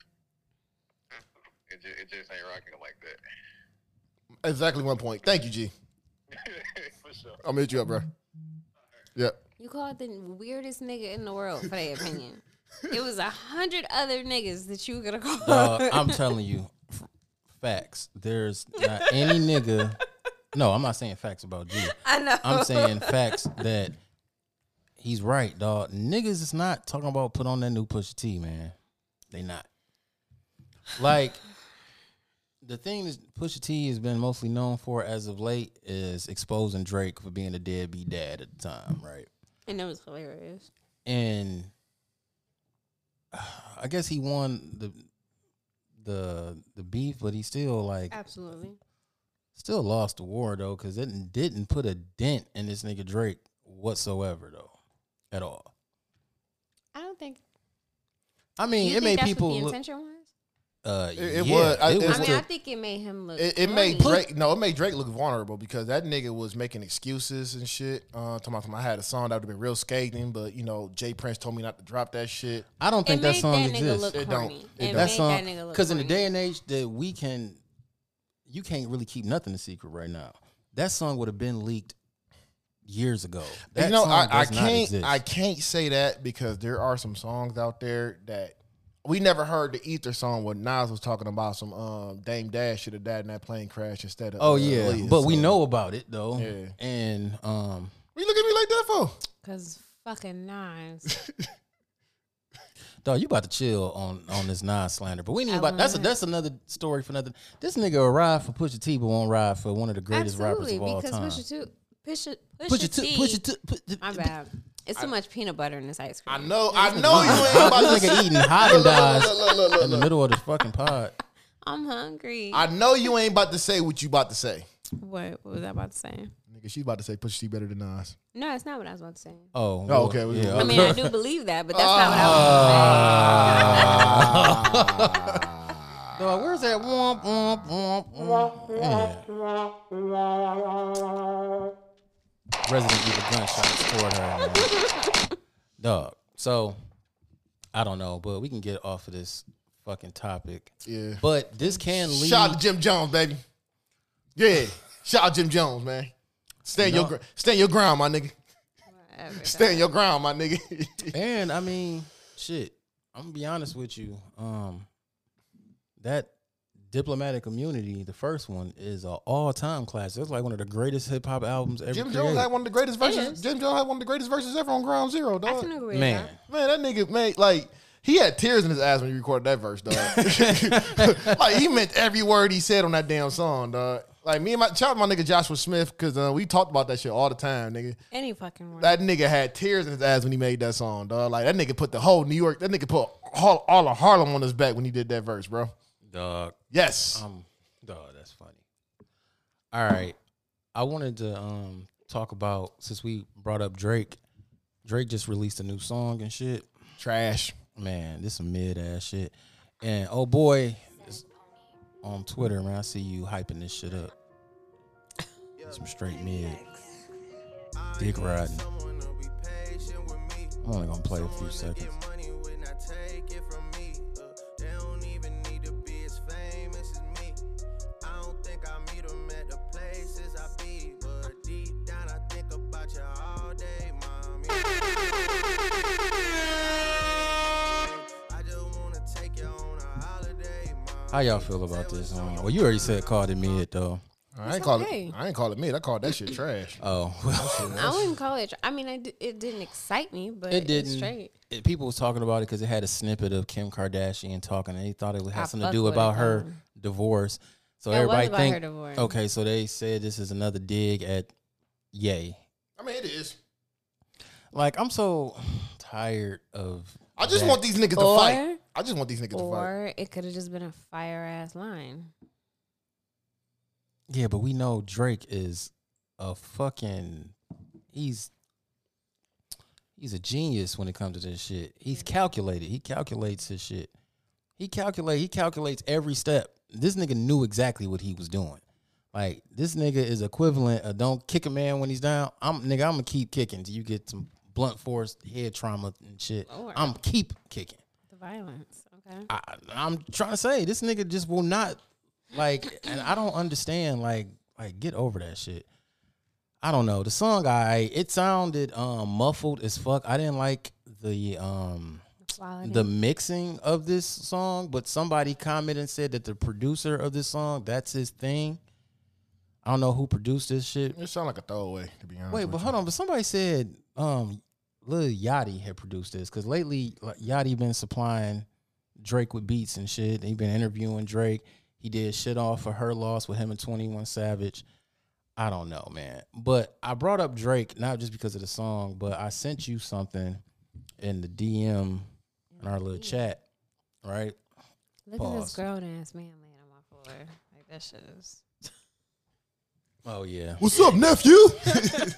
It just, it just ain't rocking like that. Exactly one point. Thank you, G. For sure. I'll meet you up, bro. Yep. You called the weirdest nigga in the world for their opinion. It was a hundred other niggas that you were gonna call. Uh, I'm telling you, f- facts. There's not any nigga. No, I'm not saying facts about G. I know. I'm saying facts that he's right, dog. Niggas is not talking about put on that new Pusha T, man. They not. Like the thing that Pusha T has been mostly known for as of late is exposing Drake for being a deadbeat dad at the time, right? and it was hilarious. and uh, I guess he won the the the beef, but he still like Absolutely. still lost the war though, because it didn't put a dent in this nigga Drake whatsoever though, at all. I don't think. I Do mean, you it think made that's people what the look. intention was? Uh, It- it yeah, was- I- it it was I was mean, the- I think it made him look. It, it made funny. Drake no, it made Drake look vulnerable because that nigga was making excuses and shit. Uh, talking about, talking about, I had a song that would have been real scathing, but you know, Jay Prince told me not to drop that shit. I don't think it that made song that nigga exists. look It don't. corny. It It, don't. that made song that nigga look because in the corny. day and age that we can you can't really keep nothing a secret right now that song would have been leaked years ago that you know, song I, I does not can't exist. I can't say that because there are some songs out there that we never heard the Ether song where Nas was talking about some um, Dame Dash should have died in that plane crash instead of oh uh, yeah Aaliyah. but we So, know about it though Yeah. and um What you look at me like that for? Cause fucking nines. dog you about to chill on on this Nas slander but we ain't I about that's a, won't. that's another story for another this nigga arrived for Pusha T but won't ride for one of the greatest Absolutely, rappers of all because time Pusha T, Pusha, Pusha, Pusha T Pusha T My Pusha T bad. It's too much peanut butter in this ice cream. I know I know you ain't about this to nigga eating Haagen Dazs look, look, look, in the middle of the fucking pod I'm hungry. I know you ain't about to say what you about to say. what, what was I about to say? Nigga, she about to say Pusha T better than Nas. No, that's not what I was about to say. Oh, Oh, okay, we- yeah, I mean, I do believe that, but that's not what I was Ah. Dog, where's that womp womp womp womp? Yeah. Resident Evil gunshots toward her. man. Dog. So I don't know, but we can get off of this fucking topic. Yeah. But this can lead. Shout out to Jim Jones, baby. Yeah. Shout out Jim Jones, man. Stand your No. gr- stand your ground, my nigga. about to say. Stand your ground, my nigga. and I mean, shit. I'm gonna be honest with you. Um, that diplomatic immunity, the first one, is an all-time classic. It's like one of the greatest hip hop albums ever. Jim Jones created. had one of the greatest verses. is. Jim Jones had one of the greatest verses ever on Ground Zero, I dog. can agree Man, with that. Man, that nigga, man, like he had tears in his eyes when he recorded that verse, dog. like he meant every word he said on that damn song, dog. Like me and my shout out my nigga Joshua Smith, cause uh, we talked about that shit all the time, nigga. Any fucking one. That nigga had tears in his eyes when he made that song, dog. Like that nigga put the whole New York, that nigga put all, all of Harlem on his back when he did that verse, bro. dog. Yes. Uh, Um, dog, that's funny. All right, I wanted to um talk about since we brought up Drake. Drake just released a new song and shit. Trash. Man, this some mid ass shit. And oh boy, it's on Twitter, man, I see you hyping this shit up. Some straight mid. Dick riding. I'm only gonna play a few seconds. How y'all feel about this? Um, well, you already said called it mid though. I ain't call okay. it. I ain't call it mid. I called that shit trash. Oh well, I wouldn't call it. I mean, I d- it didn't excite me, but it It's didn't. straight. it- people was talking about it because it had a snippet of Kim Kardashian talking, and they thought it had I something to fuck do with about it, her though. divorce. So It was everybody about think her divorce. okay. So they said this is another dig at Yay. I mean, it is. Like I'm so tired of. I just that. want these niggas Or- to fight. I just want these niggas to fight. Or it could have just been a fire ass line. Yeah, but we know Drake is a fucking. He's he's a genius when it comes to this shit. He's calculated. He calculates his shit. He calculate. He calculates every step. This nigga knew exactly what he was doing. Like this nigga is equivalent of don't kick a man when he's down. I'm nigga. I'm gonna keep kicking till you get some blunt force head trauma and shit. Lord. I'm keep kicking. The violence. Okay. I, I'm trying to say this nigga just will not like, and I don't understand. Like, like get over that shit. I don't know the song. I it sounded um muffled as fuck. I didn't like the um Quality. the mixing of this song, but somebody commented and said that the producer of this song that's his thing. I don't know who produced this shit. It sound like a throwaway to be honest. Wait, but hold on. But somebody said um Lil Yachty had produced this because lately like, Yachty been supplying Drake with beats and shit. He been interviewing Drake. He did shit off for her loss with him and Twenty One Savage. I don't know, man. But I brought up Drake not just because of the song, but I sent you something in the DM in our little chat, right? Look at Pause. this grown ass man laying on my floor. Like that shit is. Oh yeah. What's up, nephew? This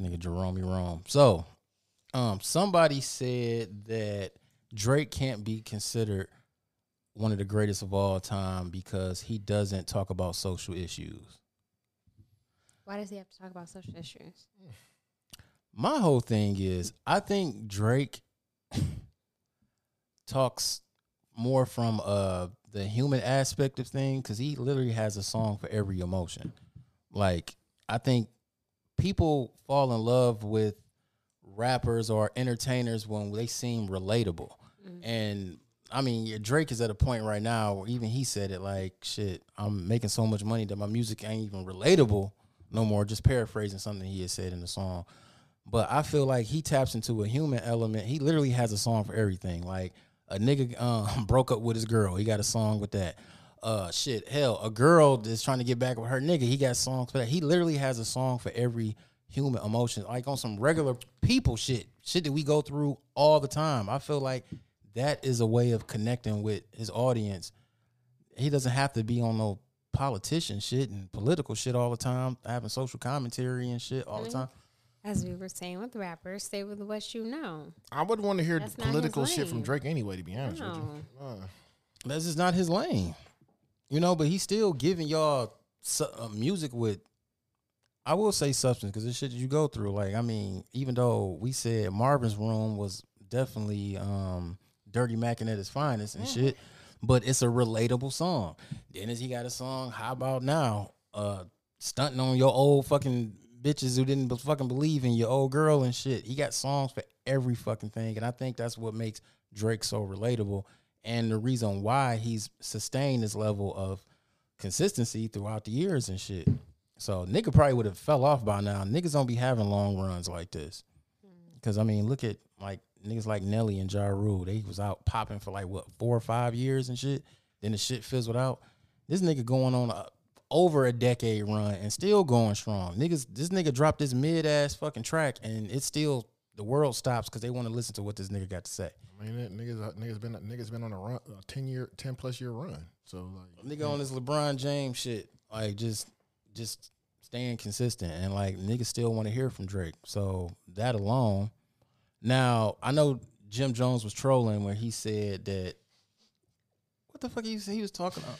nigga Jerome Rome. So, um, somebody said that Drake can't be considered one of the greatest of all time because he doesn't talk about social issues. Why does he have to talk about social issues? My whole thing is, I think Drake talks more from uh the human aspect of things because he literally has a song for every emotion. Like, I think people fall in love with rappers or entertainers when they seem relatable. And I mean, yeah, Drake is at a point right now where even he said it like, shit, I'm making so much money that my music ain't even relatable no more. Just paraphrasing something he had said in the song. But I feel like he taps into a human element. He literally has a song for everything. Like a nigga um, broke up with his girl. He got a song with that. Uh, shit, hell, a girl that's trying to get back with her nigga. He got songs for that. He literally has a song for every human emotion, like on some regular people shit, shit that we go through all the time. I feel like that is a way of connecting with his audience he doesn't have to be on no politician shit and political shit all the time, having social commentary and shit all the time. As we were saying with rappers, stay with what you know. I wouldn't want to hear That's not his political shit from lane. Oh. Drake anyway. To be honest with you, No. That's just not his lane, you know. But he's still giving y'all su- uh, music with, I will say substance because the shit that you go through. Like I mean, even though we said Marvin's room was definitely um, Dirty Mackin at his finest and shit, but it's a relatable song. Then as he got a song, how about now? Uh, stunting on your old fucking bitches who didn't be- fucking believe in your old girl and shit. He got songs for every fucking thing, and I think that's what makes Drake so relatable and the reason why he's sustained this level of consistency throughout the years and shit. So nigga probably would have fell off by now. Niggas don't be having long runs like this. Cause I mean, look at like niggas like Nelly and Ja Rule. They was out popping for like what four or five years and shit. Then the shit fizzled out. This nigga going on a, over a decade run and still going strong. Niggas, this nigga dropped this mid ass fucking track and it's still the world stops because they want to listen to what this nigga got to say. I mean, that niggas, uh, niggas been niggas been on a run, a ten year, ten plus year run. So like, nigga on this LeBron James shit, like just just staying consistent and like niggas still want to hear from Drake. So that alone. Now I know Jim Jones was trolling where he said that. What the fuck he he was talking about?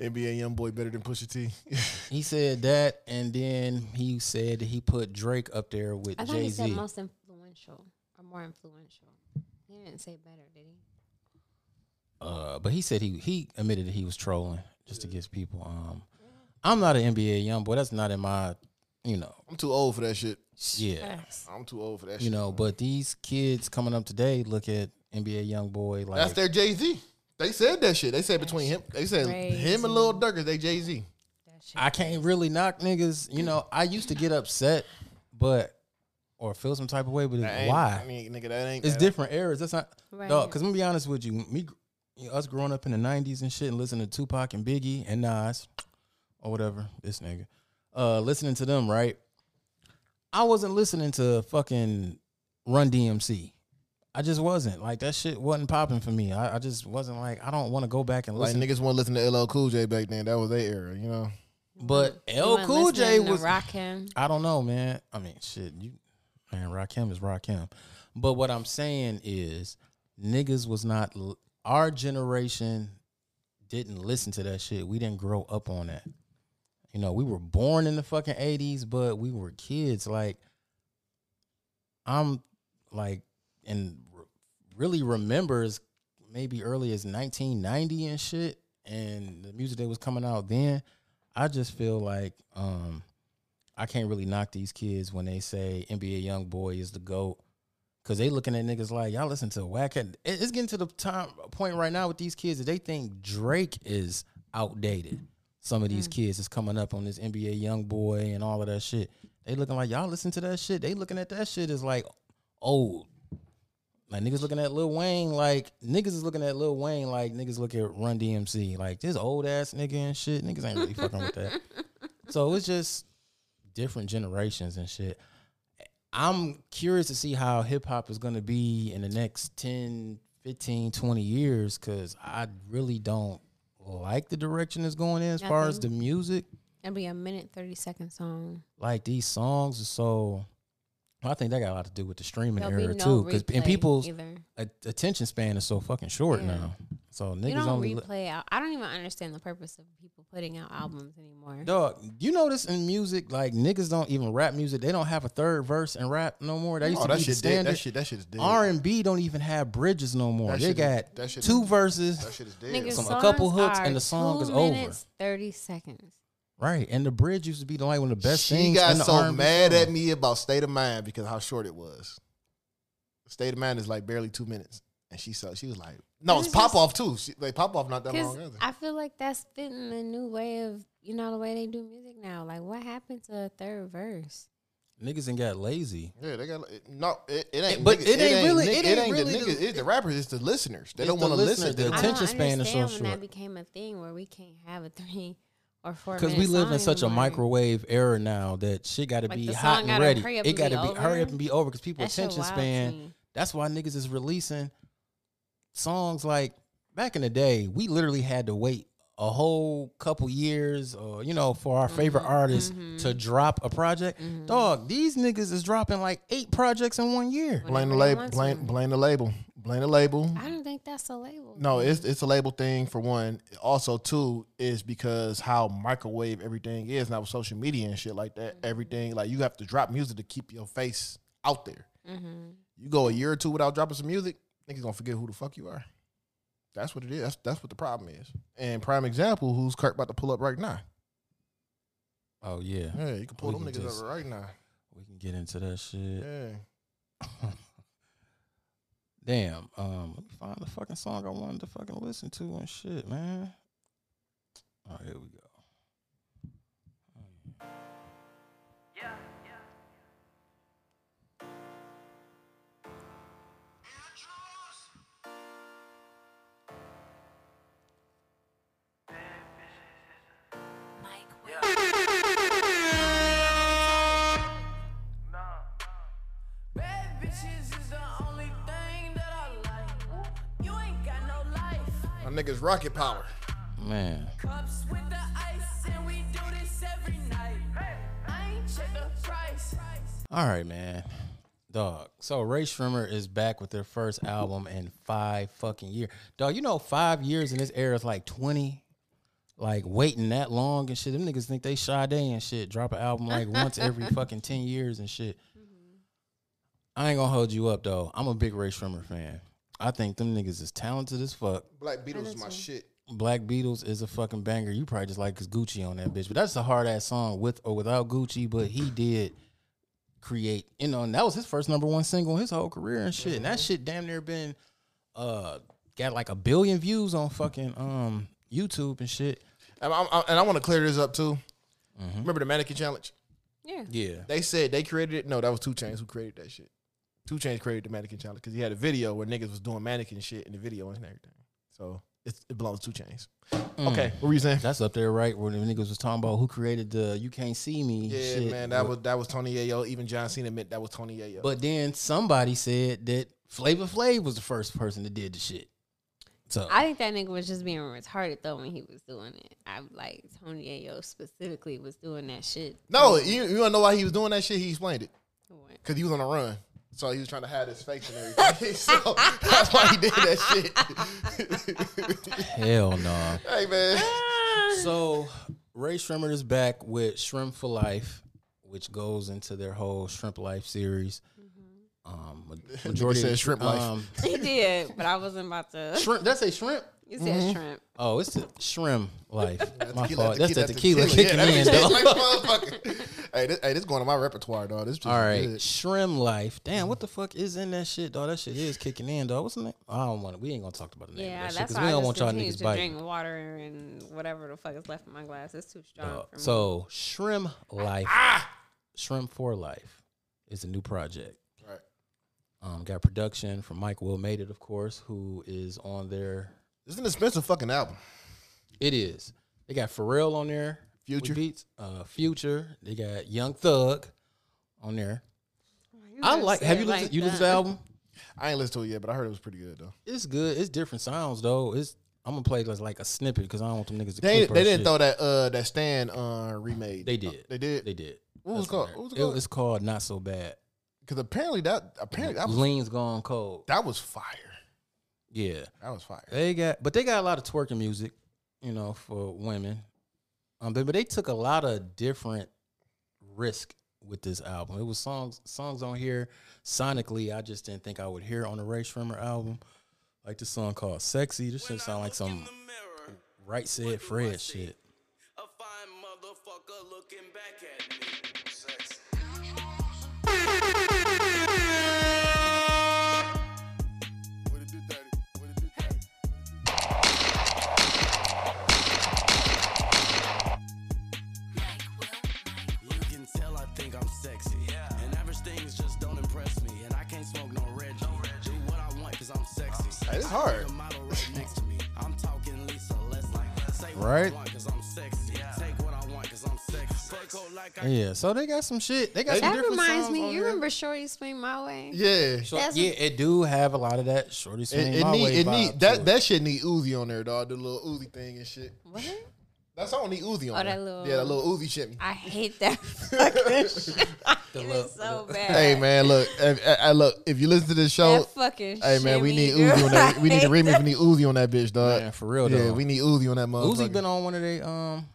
NBA young boy better than Pusha T. He said that, and then he said that he put Drake up there with I thought Jay he said Z. most influential or more influential. He didn't say better, did he? Uh, but he said he he admitted that he was trolling just to get people. Um, I'm not an NBA young boy. That's not in my, you know, I'm too old for that shit. yeah, I'm too old for that you shit. know. But these kids coming up today look at NBA young boy like That's their Jay Z. They said that shit. They said between him, they said him crazy. and Lil Durk is they Jay Z. I can't really knock niggas. You know, I used to get upset, but or feel some type of way, but it's why? I mean, nigga, that ain't. it's different eras. That's not Right. dog. Because I'm gonna be honest with you, me, you know, us growing up in the '90s and shit, and listening to Tupac and Biggie and Nas, or whatever this nigga, uh, listening to them, right? I wasn't listening to fucking Run DMC. I just wasn't like that. Shit wasn't popping for me. I, I just wasn't like I don't want to go back and Like listen. niggas want to listen to LL Cool J back then. That was their era, you know. but L wasn't Cool J listening to was Rakim. I don't know, man. I mean, shit, you man, Rakim is Rakim. But what I'm saying is, niggas was not l- our generation didn't listen to that shit. We didn't grow up on that. You know, we were born in the fucking 80s, but we were kids. Like, I'm like, and re- really remembers maybe early as 1990 and shit, and the music that was coming out then. I just feel like, um, I can't really knock these kids when they say NBA young boy is the goat. Cause they looking at niggas like y'all listen to whack. It- It's getting to the time point right now with these kids that they think Drake is outdated. Some of these kids is coming up on this NBA young boy and all of that shit. They looking like y'all listen to that shit. They looking at that shit as like old. Like niggas looking at Lil Wayne like niggas is looking at Lil Wayne like niggas look at Run DMC like this old ass nigga and shit. Niggas ain't really fucking with that. So it's just different generations and shit. I'm curious to see how hip hop is going to be in the next 10, 15, 20 years cuz I really don't like the direction it's going in as far as the music. It'll be a minute thirty second song. Like these songs are so I think that got a lot to do with the streaming There'll be era no too cuz and replay people's either. a- attention span is so fucking short now. So niggas You don't only li- replay out. I don't even understand the purpose of people putting out albums anymore. Dog, you notice in music, like niggas don't even rap music. They don't have a third verse and rap no more. That Oh, used to that be the shit dead. standard. That shit. That shit is dead. R and B don't even have bridges no more. That they shit is- got that shit two is- verses, That shit is dead. Niggas, Some- a couple songs hooks and are the song two is over. minutes, Thirty seconds. right? And the bridge used to be the, like one of the best she things. got in the so R&B mad song. at me about state of mind because how short it was. State of mind is like barely two minutes, and she saw she was like, "No, it's It's pop just- off too." She, like pop off not that Because long. either. I feel like that's fitting the new way of you know the way they do music now. Like what happened to a third verse? Niggas and got lazy. Yeah, they got it, no. It, it ain't. But niggas- it ain't really- nigg- it ain't really the niggas. the- it's the rappers. It's the listeners. They It's don't the want to listen. listeners, They the don't- I don't attention span is so understand when that short. became a thing where we can't have a three or four. Because Because we live in such a microwave era now that shit got to Like, be the hot song and gotta ready. hurry up it and got to be be over. hurry up and be over because people That shit attention wild to span. me. That's why niggas is releasing songs like back in the day. We literally had to wait a whole couple years, or you know, for our favorite Mm-hmm, artists to drop a project. Dog, these niggas is dropping like eight projects in one year. blame the Nobody label. wants Blame them. blame the label. Blame the label. I don't think that's a label. No, it's it's a label thing for one. Also, two is because how microwave everything is now with social media and shit like Mm-hmm. that. Everything like you have to drop music to keep your face out there. Mm-hmm. You go a year or two without dropping some music, niggas gonna forget who the fuck you are. That's what it is. That's that's what the problem is. And prime example, who's Kirk about to pull up right now? Oh yeah, Yeah, you can pull We them can niggas just- up right now. we can get into that shit. Yeah. Damn. Um, let me find the fucking song I wanted to fucking listen to and shit, man. Oh, here we go. Bad bitches is the only thing that I like. You ain't got no life. My niggas rocket power. Man, Cups with the ice, and we do this every night. All right, man. Dog. So Ray Shrimmer is back with their first album in five fucking years. Dog, you know five years in this era is like twenty. Like waiting that long and shit. Them niggas think they Sade and shit. Drop an album like once every fucking ten years and shit. I ain't gonna hold you up though. I'm a big Ray Shrimmer fan. I think them niggas is talented as fuck. Black Beatles is my shit. Black Beatles is a fucking banger. You probably just like his Gucci on that bitch, but that's a hard ass song with or without Gucci. But he did create, you know, and that was his first number one single in his whole career and shit. And that shit damn near been uh got like a billion views on fucking um YouTube and shit. And I'm- I'm- and I want to clear this up too. Remember the mannequin challenge? Yeah. Yeah, They said they created it. No, that was Two Chains who created that shit. Two Chains created the mannequin challenge because he had a video where niggas was doing mannequin shit in the video and everything. So it's, it belongs to Two Chains. Okay, what were you saying? that's up there, right? Where the niggas was talking about who created the "You Can't See Me" Yeah, shit. man, that was that was Tony Yayo. Even John Cena admit that was Tony Yayo. But then somebody said that Flavor Flav was the first person that did the shit. So I think that nigga was just being retarded though when he was doing it. I like Tony Ayo specifically was doing that shit. no, you you don't know why he was doing that shit. He explained it What? because he was on a run, so he was trying to hide his face and everything. so that's why he did that shit. hell no. hey man, So Ray Shrimmer is back with Shrimp for Life, which goes into their whole Shrimp Life series. Mm-hmm. Um, ma- majority said of- Shrimp Life. um, He did, but I wasn't about to. shrimp. That's a shrimp. You said shrimp. Oh, it's the shrimp life. My Tequila, fault. That's the tequila, kicking Yeah, in, that though. shit like motherfucker. hey, this, hey, this going on my repertoire, dog. This just All right, good. Mm-hmm. Shrimp Life. Damn, what the fuck is in that shit, dog? That shit is kicking in, dog. What's the name? I don't want to. We ain't gonna talk about the name Yeah, of that shit that's because why we I don't just want y'all continue niggas to biting. drink water and whatever the fuck is left in my glass. It's too strong Uh, for me. so Shrimp Life, Ah! Shrimp for Life, is a new project. Right. Um, got production from Mike Will Made It, of course, who is on there. This is an expensive fucking album. It is. They got Pharrell on there. with Future. beats. Uh, Future. They got Young Thug on there. You I just like. said Have you it listened? like you listened to the that. album? I ain't listened to it yet, but I heard it was pretty good though. It's good. It's different sounds though. It's. I'm gonna play just like a snippet because I don't want them niggas to. They, clip our they didn't shit. throw that uh that Stan uh remade. They did. They did. They did. What was That's it called? on there. What was it called? It's called Not So Bad. Because apparently that apparently that was Lean's Gone Cold. that was fire. Yeah. That was fire. They got, but they got a lot of twerking music, you know, for women. Um, but, but they took a lot of different risk with this album. It was songs songs on here sonically. I just didn't think I would hear on the Ray Shrimmer album, like this song called "Sexy." This shit sound like some right said Fred shit. A fine motherfucker looking back at me. Sex. You can tell I think I'm sexy. And average things just don't impress me. And I can't smoke no Reggie. Do what I want because I'm sexy. Hey, it's hard. The model right next to me. I'm talking Lisa Leslie. Say what Right. I want because I'm sexy. Take what I want because I'm sexy. Fuck her like I Yeah, so they got some shit. They got some That different reminds songs me. on You there. remember Shorty Swing My Way? Yeah. So, That's- yeah, it do have a lot of that shorty It, swing it my need way it vibe need to that it. that shit need Uzi on there, dog. The little Uzi thing and shit. What? That song need Uzi on Oh, that there. little- yeah, that little Uzi shit. I hate that fucking shit. it look, is so bad. Hey man, look, I, I, I- look. If you listen to this show, That fucking hey man, we shimmy, need girl. Uzi on that. We need a I hate remix. We need Uzi on that bitch, dog. Man, for real, Yeah, dog. we need Uzi on that motherfucker. Uzi been on one of they um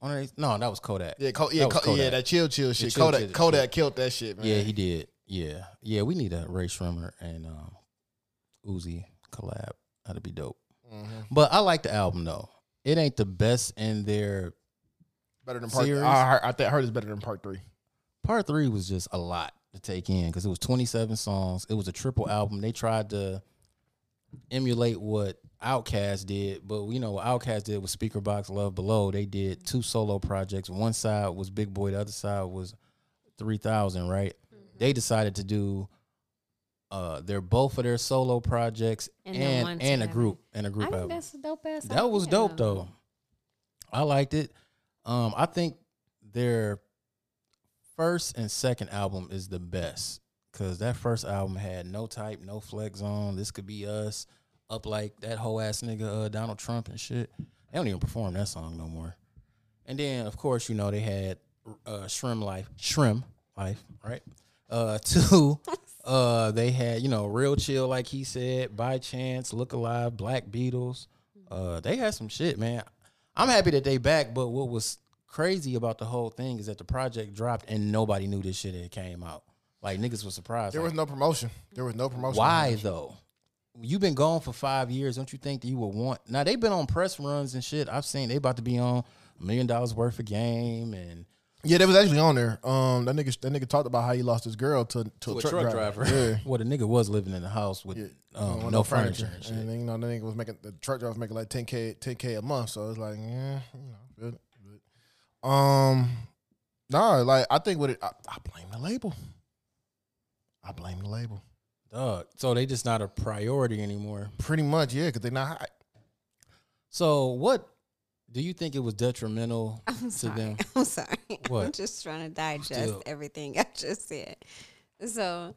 on they no that was Kodak. Yeah, Ko- yeah, That was Ko- yeah, Kodak. that chill, chill shit. chill, Kodak, chill Kodak shit. killed that shit, man. Yeah, he did. Yeah, yeah. We need a Ray Shrimmer and um, Uzi collab. That'd be dope. But I like the album though. It ain't the best in their better than part. Series. I heard, I think heard is better than part three. part three was just a lot to take in because it was 27 songs. It was a triple album. They tried to emulate what Outkast did, but you know what Outkast did was Speaker Box Love Below. They did two solo projects. One side was Big Boy, the other side was 3000, right? Mm-hmm. They decided to do uh they're both of their solo projects and And then one and, a together. group and a I group think album. that's a dope ass. That was idea, dope though. I liked it. Um, I think their first and second album is the best because that first album had no type, no flex on. This could be us up like that whole ass nigga uh, Donald Trump and shit. They don't even perform that song no more. And then of course you know they had uh, Shrim Life, Shrim Life, right? Uh, two, uh, they had you know real chill, like he said, by chance, look alive, Black Beatles. Uh, they had some shit, man. I'm happy that they back, but what was crazy about the whole thing is that the project dropped and nobody knew this shit had came out. Like niggas was surprised. There like, was no promotion. There was no promotion. why though? You've been gone for five years. Don't you think that you would want? Now they've been on press runs and shit. I've seen they about to be on a million dollars worth of game and Yeah, that was actually on there. Um, that nigga, that nigga talked about how he lost his girl to, to, a, truck, driver. Yeah. well, the nigga was living in the house with um, no, furniture. and shit. And then, you know, the nigga was making the truck driver was making like ten k ten k a month. So it's like, yeah, you know, good, good. Um, nah, like I think what it, I, I blame the label. I blame the label. Dog. So they just not a priority anymore. Pretty much, yeah, because they not high. So what do you think it was detrimental I'm to sorry. them? I'm sorry. I'm What? just trying to digest Still. everything I just said. So,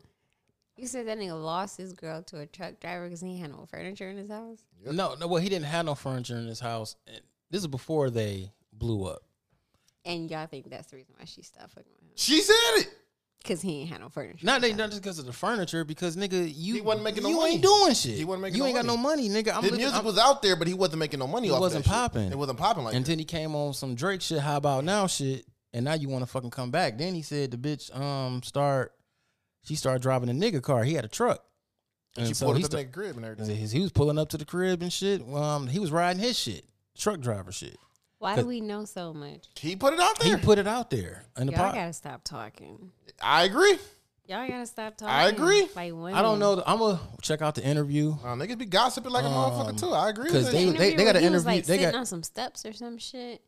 you said that nigga lost his girl to a truck driver because he had no furniture in his house. No, no. Well, he didn't have no furniture in his house. And this is before they blew up. And y'all think that's the reason why she stopped fucking with him She said it. because he ain't had no furniture. Not they not just because of the furniture, because nigga, you He wasn't making no you money. ain't doing shit. He wasn't making you no ain't got no money, nigga. I'm The living- music I'm- was out there, but he wasn't making no money It off. of wasn't that shit. popping. It wasn't popping like and that. then he came on some Drake shit. How about now shit? And now you want to fucking come back? Then he said the bitch um start, she started driving a nigga car. He had a truck, She so pulled he up sta- in that crib and everything. His- He was pulling up to the crib and shit. Um, he was riding his shit, truck driver shit. Why do Cause- we know so much? He put it out He there. put it out there in the Y'all pot. gotta stop talking. I agree. Y'all gotta stop talking. I agree. Like women. I don't know. I'm gonna check out the interview. Uh, niggas be gossiping like a motherfucker too. I agree with Um, 'cause that. they- shit. They, they, got got an an interview. Like, interview- they sitting got- on some steps or some shit.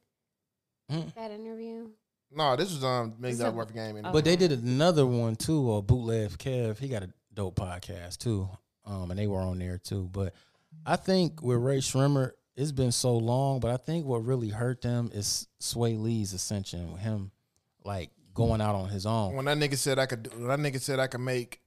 Mm. That interview. No, this was um This maybe is that a- worth a game. in- But they did another one too, uh, Bootleg Kev. He got a dope podcast too, um, and they were on there too. But I think with Ray Shrimmer, it's been so long. But I think what really hurt them is Sway Lee's ascension with him, like going out on his own. when that nigga said I could, do- when that nigga said I could make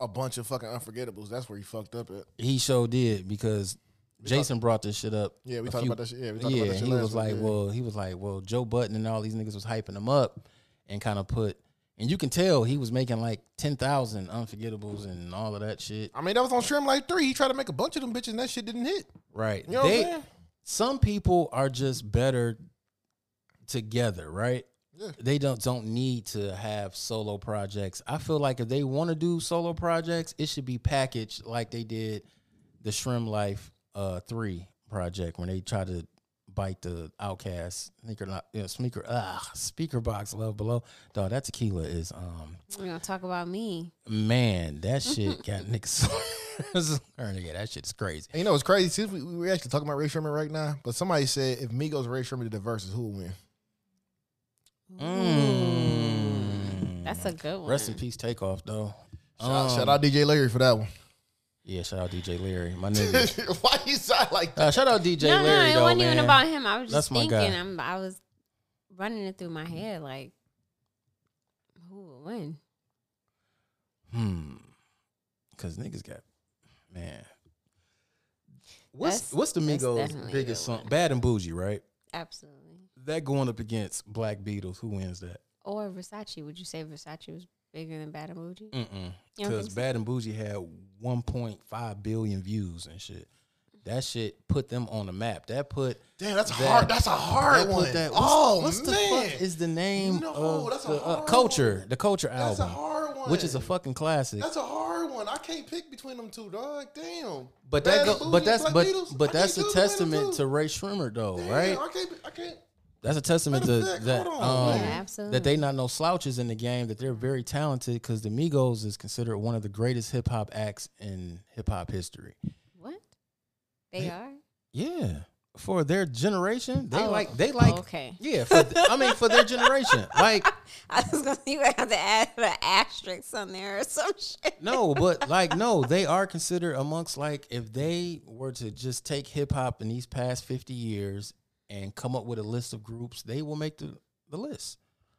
a bunch of fucking unforgettables. That's where he fucked up at. He sure did because Jason brought this shit up. Yeah, we a talked few- about that shit. Yeah, we talked Yeah, about that shit. he last was week, like, yeah. well, he was like, well, Joe Button and all these niggas was hyping him up and kind of put, and you can tell he was making like ten thousand unforgettables and all of that shit. I mean, that was on Shrimp Life Three. He tried to make a bunch of them bitches, and that shit didn't hit. Right. You know what I'm they saying? some people are just better together, right? Yeah. They don't don't need to have solo projects. I feel like if they want to do solo projects, it should be packaged like they did the Shrim Life uh 3 project when they tried to bite the outcast sneaker lo- yeah, sneaker ah speaker box love below. Dog, that tequila is um We're gonna talk about me. man, that shit got niggas. yeah, that shit's crazy. And you know, it's crazy. Since we we actually talking about Ray Sherman right now, but somebody said if Migos and Ray Sherman did the verses, who would win? Mm. That's a good one. Rest in peace, takeoff though. Shout, out- Um, shout out DJ Larry for that one. Yeah, shout out DJ Larry, my nigga. Why you sound like that? Uh, shout out DJ no, Larry no, it though, wasn't man. even about him. I was That's just my thinking. guy. I'm, I was running it through my head like, who would win? hmm, because niggas got man. What's That's- what's the that's Migos' definitely a biggest good song? one. Bad and Bougie, right? Absolutely. That going up against Black Beatles. Who wins that? Or Versace? Would you say Versace was bigger than Bad and Bougie? Mm-mm. You don't Because think so? Bad and Bougie had 1.5 billion views and shit. That shit put them on the map. That put Damn, that's a that- hard. That's a that hard put one. that- what's, oh man, what's the fuck is the name No, of that's a the, uh, hard culture? one. The culture That's a album, hard one. which is a fucking classic. That's a hard one. I can't pick between them two, dog. Damn. but Bad that, go, Bougie but and that's Black but Beatles? I but can't that's do a it between them testament two. to Ray Shrimmer though, Damn, right? I can't. I can't. That's a testament Matter to of fact, that hold on, um, man. Yeah, absolutely. that they not no slouches in the game. That they're very talented because the Migos is considered one of the greatest hip hop acts in hip hop history. What? They are. Yeah, for their generation, they Oh, like they like okay. Yeah, for th- I mean for their generation, like I was gonna you would have to add an asterisk on there or some shit. no, but like no, they are considered amongst like if they were to just take hip hop in these past fifty years and come up with a list of groups, they will make the the list.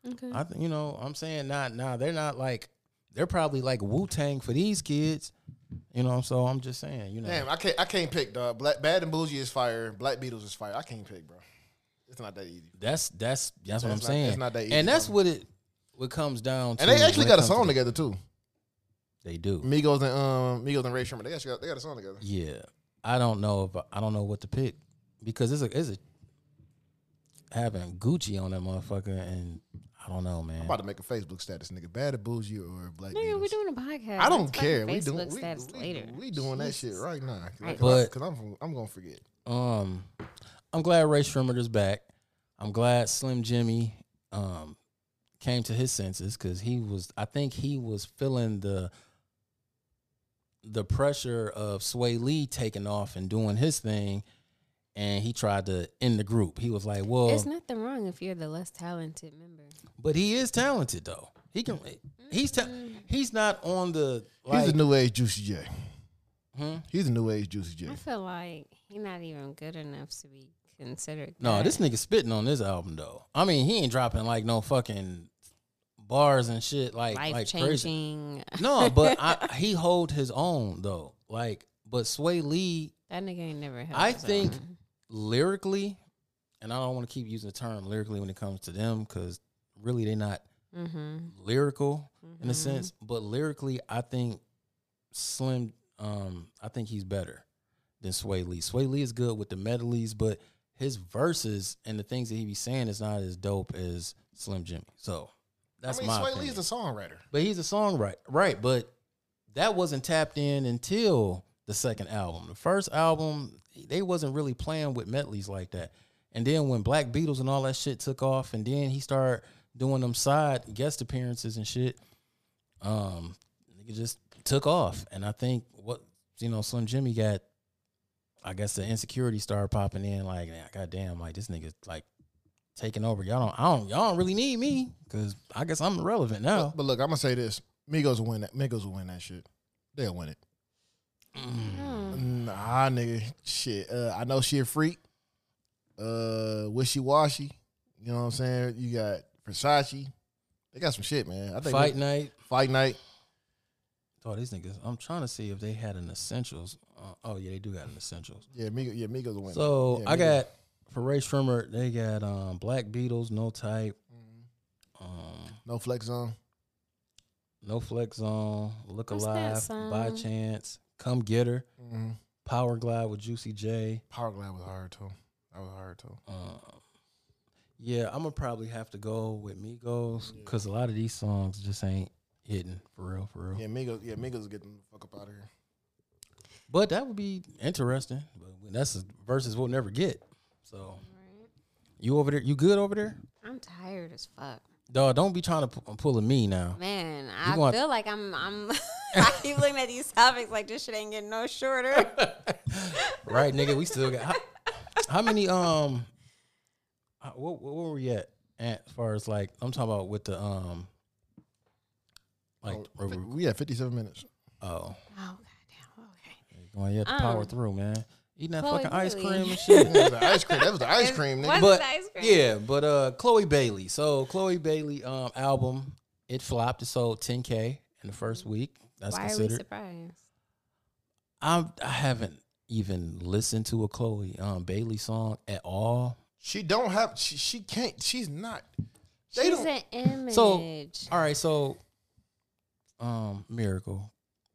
Okay. I think you know I'm saying not nah, they're not like they're probably like Wu Tang for these kids, you know. So I'm just saying you know Damn, I can't. I can't pick, dog. Black Bad and Bougie is fire. Black Beatles is fire. I can't pick, bro. It's not that easy. that's that's that's what I'm That's not- saying. that's not that easy, and that's bro. what it what comes down to And they when actually it got a comes to song the- together too. They do. Migos and um Migos and Ray Sherman. They actually got, they got a song together. Yeah, I don't know if I don't know what to pick because it's a it's a having Gucci on that motherfucker and I don't know, man. I'm about to make a Facebook status, nigga. Bad or bougie or black. Nigga, we're Beatles. doing a podcast. I don't Let's care. fucking We doing Facebook we, status we- later. we doing that shit right now. Right. But- because I'm from- I'm gonna forget. Um, I'm glad Ray Shrimmer is back. I'm glad Slim Jimmy um came to his senses because he was. I think he was feeling the the pressure of Sway Lee taking off and doing his thing, and he tried to end the group. He was like, "Well, Oh. There's nothing wrong if you're the less talented member. but he is talented though. He can. He's ta- he's not on the like, He's a new age Juicy J. Hmm? He's a new age Juicy J. I feel like he's not even good enough to be considered. No, that. this nigga spitting on this album though. I mean, he ain't dropping like no fucking bars and shit like life like crazy. changing. No, but I, he hold his own though. Like, but Sway Lee, That nigga ain't never. held I his think own. lyrically, and I don't want to keep using the term lyrically when it comes to them because really they're not Mm-hmm. lyrical in a sense. Mm-hmm. But lyrically, I think Slim, um, I think he's better than Sway Lee. Sway Lee is good with the medleys, but his verses and the things that he be saying is not as dope as Slim Jimmy. So that's I mean, my Sway opinion. Lee's a songwriter. But he's a songwriter, right? But that wasn't tapped in until the second album. The first album, they wasn't really playing with medleys like that. And then when Black Beatles and all that shit took off, and then he started doing them side guest appearances and shit, um, it just took off. And I think what you know, Slim Jimmy got, I guess the insecurity started popping in. Like, "Nah, goddamn, like this nigga's like taking over. Y'all don't, I don't, y'all don't really need me because I guess I'm irrelevant now. But look, I'm gonna say this: Migos will win that. Migos will win that shit. They'll win it. Mm-hmm. Nah, nigga, shit. Uh, I know she a freak. Uh, wishy washy. You know what I'm saying? You got Versace. They got some shit, man. I think Fight night. Fight night. Oh, these niggas. I'm trying to see if they had an essentials. Uh, oh yeah, they do got an essentials. Yeah, Migos. Yeah, Migos will win. So Yeah, I Migos. got for Ray Shrimmer, they got um, Black Beatles, No Type, um, no flex on. No Flex Zone, Look What's that Alive, By song? Chance, Come Get Her, Power Glide with Juicy J. Mm-hmm. Power Glide was hard too. That was hard too. Um, yeah, I'm gonna probably have to go with Migos because a lot of these songs just ain't hitting for real, for real. Yeah, Migos. Yeah, Migos getting the fuck up out of here. But that would be interesting. But that's the verses we'll never get. So you over there? You good over there? I'm tired as fuck, Dog, don't be trying to pu- pull a me now. man. You I gonna- feel like I'm. I'm. I keep looking at these topics like this shit ain't getting no shorter. Oh, Right, nigga, we still got how, how many um uh, what what were we at at- as far as like I'm talking about with the um like where we- We had 57 minutes. oh Oh goddamn. Okay. going you have to power Um, through, man. Eating that Chloe fucking ice Bailey. cream and shit. That was the ice cream. That was the ice cream, What? nigga. but ice cream. yeah, but uh, Chloe Bailey. So Chloe Bailey um album it flopped. It sold 10k in the first week. That's Why are we considered. surprised? I I haven't even listened to a Chloe um Bailey song at all. She don't have. She, she can't. She's not. They She's don't. an image. So all right, so um miracle.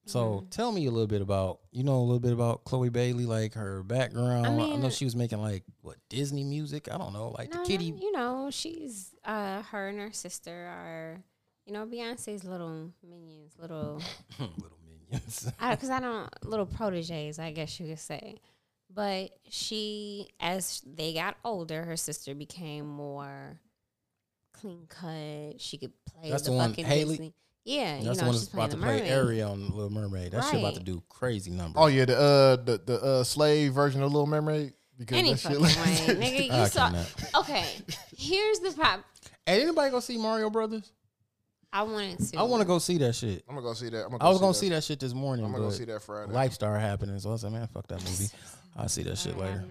So Mm-hmm. tell me a little bit about you know a little bit about Chloe Bailey, like her background. I, know mean- she was making like what Disney music. I don't know, like No, the no, kitty. you know, she's uh, her and her sister are, you know, Beyonce's little minions, little little minions. because I, don't little proteges, I guess you could say. But she, as they got older, her sister became more clean cut. She could play That's the, the one, fucking Haley? Disney. Yeah, That's you know, the one she's that's playing about the to play mermaid. Ariel on Little Mermaid. That shit about to Right. do crazy numbers. Oh yeah, the uh the the uh slave version of Little Mermaid. Because Any that shit fucking like- way, nigga. I You saw. cannot. Okay, here's the pop. Hey, anybody go see Mario Brothers? I wanted to. I want to go see that shit. I'm gonna go see that. I'm gonna go I was gonna see that shit this morning. I'm gonna go but see that Friday. Life started happening, so I said, man, fuck that movie. I'll see that shit later.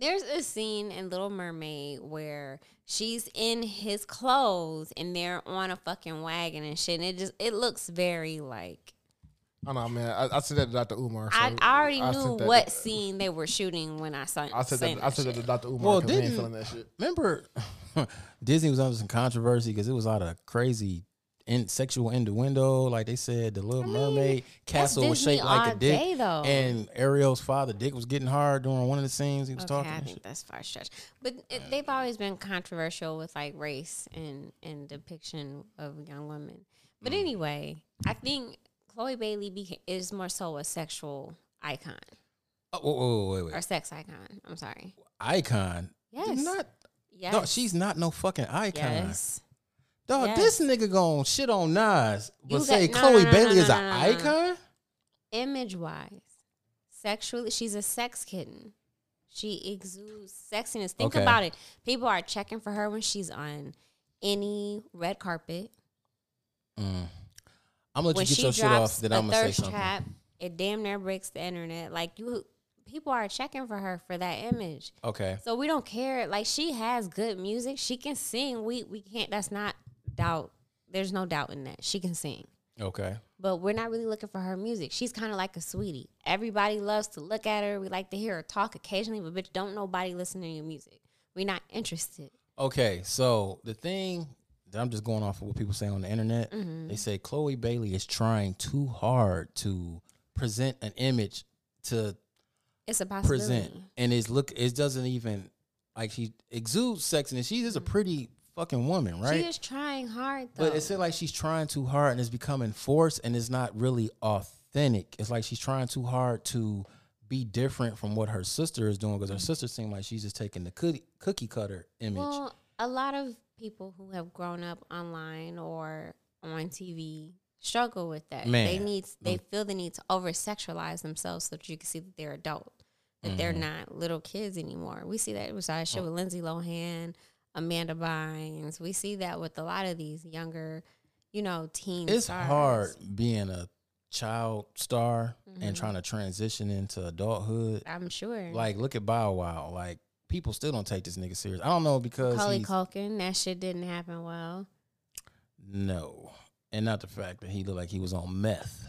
There's a scene in Little Mermaid where she's in his clothes and they're on a fucking wagon and shit. And it just it looks very like I know, man. I, I sent that to Dr. Umar. I, so I already I knew sent that what To, scene they were shooting when I saw. I said seen that. I said that shit. to Dr. Umar. Well, Well, did didn't- feeling that shit. Remember, Disney was under some controversy because it was a lot of crazy in sexual innuendo. Like they said, the Little mean, Mermaid that's castle was Disney shaped like all a dick, day, though. and Ariel's father dick was getting hard during one of the scenes he was Okay, talking. I and think that's far stretched. But it, they've always been controversial with like race and and depiction of young women. But Mm. anyway, I think Chloe Bailey beca- is more so a sexual icon Oh, whoa, whoa, whoa, wait, or wait. sex icon. I'm sorry. Icon. Yes. Not, Yes. No, she's not no fucking icon. Yes. Dog, Yes. this nigga gon' shit on Nas, but You say got- no, Chloe no, no, Bailey no, is no, an no, no, no. icon? Image wise, sexually, she's a sex kitten. She exudes sexiness. Think Okay. about it. People are checking for her when she's on any red carpet. I'm gonna when let you she get your drops shit off, then a I'm gonna say thirst something. trap, it damn near breaks the internet. Like you, people are checking for her for that image. Okay. So we don't care. Like she has good music. She can sing. We we can't. That's not doubt. There's no doubt in that. She can sing. Okay. But we're not really looking for her music. She's kind of like a sweetie. Everybody loves to look at her. We like to hear her talk occasionally, but bitch, don't nobody listen to your music. We're not interested. Okay. So the thing that I'm just going off of what people say on the internet, Mm-hmm. they say Chloe Bailey is trying too hard to present an image to It's a possibility. present, and it's look. It doesn't even like she exudes sex, and she is a pretty fucking woman, right? Mm-hmm. She is trying hard though. But it's like she's trying too hard and it's becoming forced and it's not really authentic. It's like she's trying too hard to be different from what her sister is doing because her sister seemed like she's just taking the cookie, cookie cutter image. Well, a lot of people who have grown up online or on TV struggle with that. They Man. Mm. need they feel the need to over sexualize themselves so that you can see that they're adult, that they're Mm-hmm. not little kids anymore. We see that with our Oh. shit with Lindsay Lohan, Amanda Bynes. We see that with a lot of these younger, you know, teen. it's stars. hard being a child star and trying to transition into adulthood. I'm sure. Like, look at Bow Wow. Like, people still don't take this nigga serious. I don't know because Macaulay he's- Culkin, that shit didn't happen well. no, and not the fact that he looked like he was on meth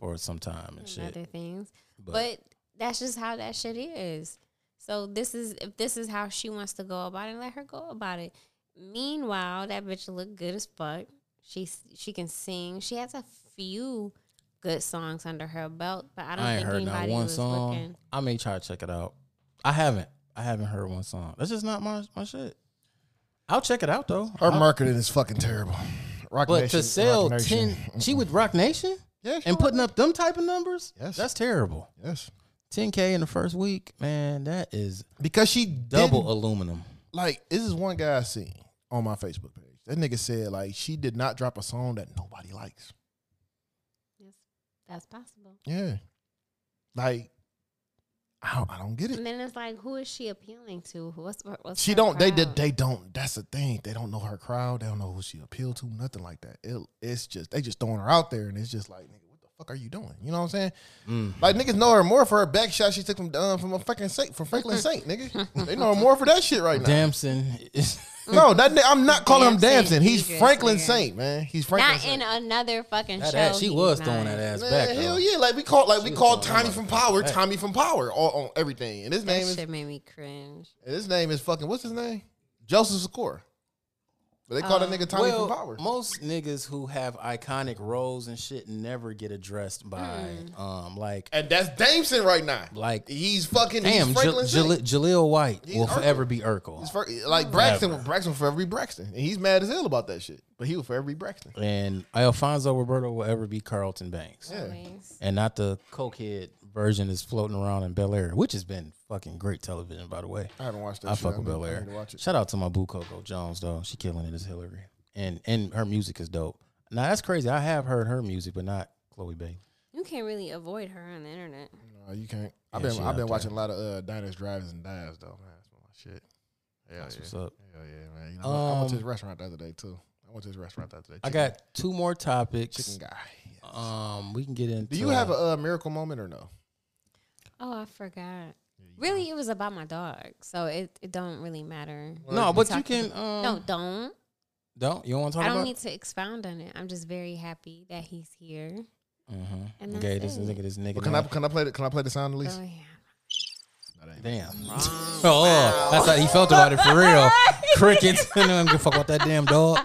for some time and and shit. other things. Mm, But, But- that's just how that shit is. So this is if this is how she wants to go about it, let her go about it. Meanwhile, that bitch look good as fuck. She she can sing. She has a few good songs under her belt, but I don't I ain't think heard not anybody one was song. looking. I may try to check it out. I haven't. I haven't heard one song. That's just not my my shit. I'll check it out though. Her marketing is fucking terrible. Rock But Nation- to sell Rock Nation. ten, she with Rock Nation Yeah, she and with putting up them type of numbers. Yes. that's terrible. Yes. Ten k in the first week, man. That is Because she double double aluminum. like this is one guy I seen on my Facebook page. That nigga said like she did not drop a song that nobody likes. Yes, that's possible. Yeah. Like I don't, I don't get And it. then it's like, who is she appealing to? What's what's She her don't they crowd? did they don't that's the thing. They don't know her crowd. They don't know who she appealed to, nothing like that. It, it's just they just throwing her out there and it's just like nigga, what the fuck are you doing? You know what I'm saying? Mm-hmm. Like niggas know her more for her back shot she took from um, from a fucking Saint from Franklin Saint, nigga. They know her more for that shit right now. Damson is No, that ni- I'm not calling him Damson, Damson. He's Idris, Franklin nigga. Saint, man. He's Franklin. not Saint. in another fucking that show. ass. She he's was throwing not. that ass Man, back. though. hell yeah! Like we call, like we call throwing Tiny that from motherfucker Power, back. Tommy from Power, on, on everything. And his That name is shit made me cringe. his name is fucking what's his name? Joseph Secor. But they Uh, call that nigga Tommy well, from Power. Most niggas who have iconic roles and shit never get addressed by Mm. um like and that's Damson right now. Like- he's fucking Damn, he's J- Franklin Saint. Jali- Jaleel White He's will Urkel. forever be Urkel. He's fir- like Braxton, Never. Braxton will forever be Braxton, and he's mad as hell about that shit. But he will forever be Braxton. and Alfonso Roberto will ever be Carlton Banks. Anyways. And not the cokehead version is floating around in Bel Air, which has been fucking great television, by the way. I haven't watched that. I shit. fuck with need- Bel I Air. need to watch it. Shout out to my boo Coco Jones though. She killing it as Hillary, and and her music is dope. Now that's crazy. I have heard her music, but not Chloe Bailey. Oh, You can't really avoid her on the internet. No, you can't. I've Yeah, been she I've out been there. watching a lot of uh, diners, drives, and dives though, man. That's my shit. Hell That's yeah. what's up. Hell yeah, man. You know, I went to Um, his restaurant the other day too. I went to his restaurant the other day. I Chicken- got two more topics. chicken guy. Yeah. Um, we can get into. Do you have a uh, miracle moment or no? Oh, I forgot. Really, it was about my dog, so it, it don't really matter. no? But you Talk- can. Um, no, don't. don't you want to talk I don't about? need to expound on it. I'm just very happy that he's here. And mm-hmm. that's Okay, this it. nigga, this nigga. Can now. I can I play the can I play the sound at least? Oh yeah. Damn. Oh, that's how he felt about it for real. Crickets. I don't give a fuck about that damn dog.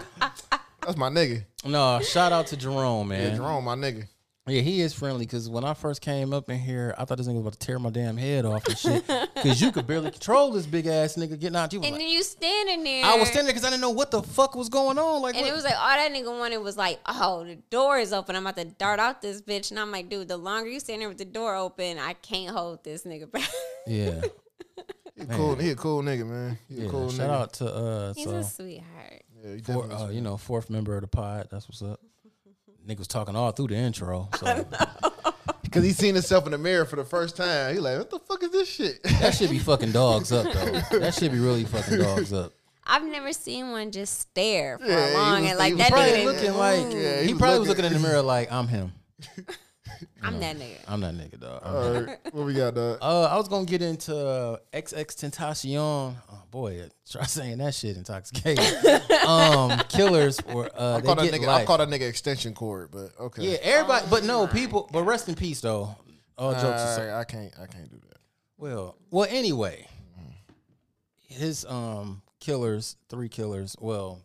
That's my nigga. No, shout out to Jerome, man. Yeah, Jerome, my nigga. he is friendly because when I first came up in here, I thought this nigga was about to tear my damn head off and shit. Because you could barely control this big ass nigga getting out. You was And like, then you standing there. I was standing there because I didn't know what the fuck was going on. Like, And what- it was like all that nigga wanted was like, oh, the door is open. I'm about to dart out this bitch, and I'm like, dude, the longer you stand there with the door open, I can't hold this nigga back. yeah. He cool. He a cool nigga, man. He a yeah. cool shout nigga. out to uh, He's so a sweetheart. Yeah, he four, definitely- uh, you know fourth member of the pod. That's what's up. Nigga was talking all through the intro. So Cause he seen himself in the mirror for the first time. He like, what the fuck is this shit? that should be fucking dogs up though. That should be really fucking dogs up. I've never seen one just stare for Yeah, he long was- and he like was that Probably nigga. looking like Yeah, he, he was probably was looking- looking in the mirror like I'm him. I'm that nigga. I'm that nigga dog. I'm All right, what we got, dog? Uh, I was gonna get into XX Tentacion. Oh boy, try saying that shit intoxicated. um, killers or uh, I they call, that get nigga, I life. call that nigga extension cord, but okay. yeah, everybody, but no people. But rest in peace though. All jokes aside. Alright, I can't. I can't do that. Well, well. Anyway, his um killers, three killers. Well,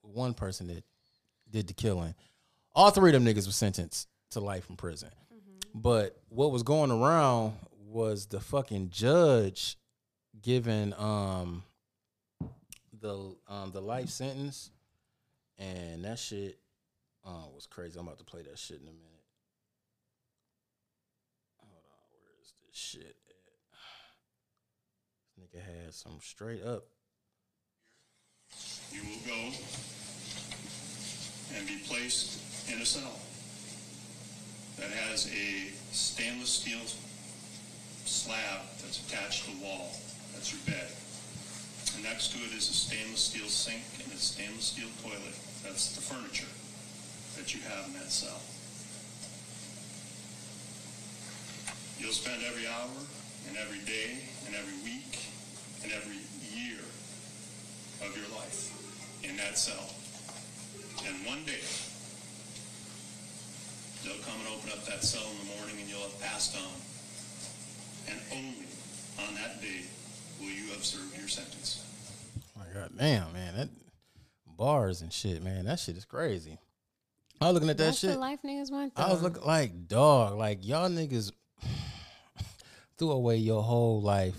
one person that did the killing. All three of them niggas were sentenced to life in prison. But what was going around was the fucking judge giving um the um the life sentence, and that shit uh, was crazy. I'm about to play that shit in a minute. Hold on, where is this shit at? Nigga had some straight up. You will go and be placed in a cell that has a stainless steel slab that's attached to the wall. That's your bed. And next to it is a stainless steel sink and a stainless steel toilet. That's the furniture that you have in that cell. You'll spend every hour and every day and every week and every year of your life in that cell. And one day, they'll come and open up that cell in the morning and you'll have passed on. And only on that day will you have served your sentence. Oh my god, damn man, that bars and shit, man, that shit is crazy. I was looking at that That's shit. the life niggas want. I was though. looking like dog, like y'all niggas threw away your whole life.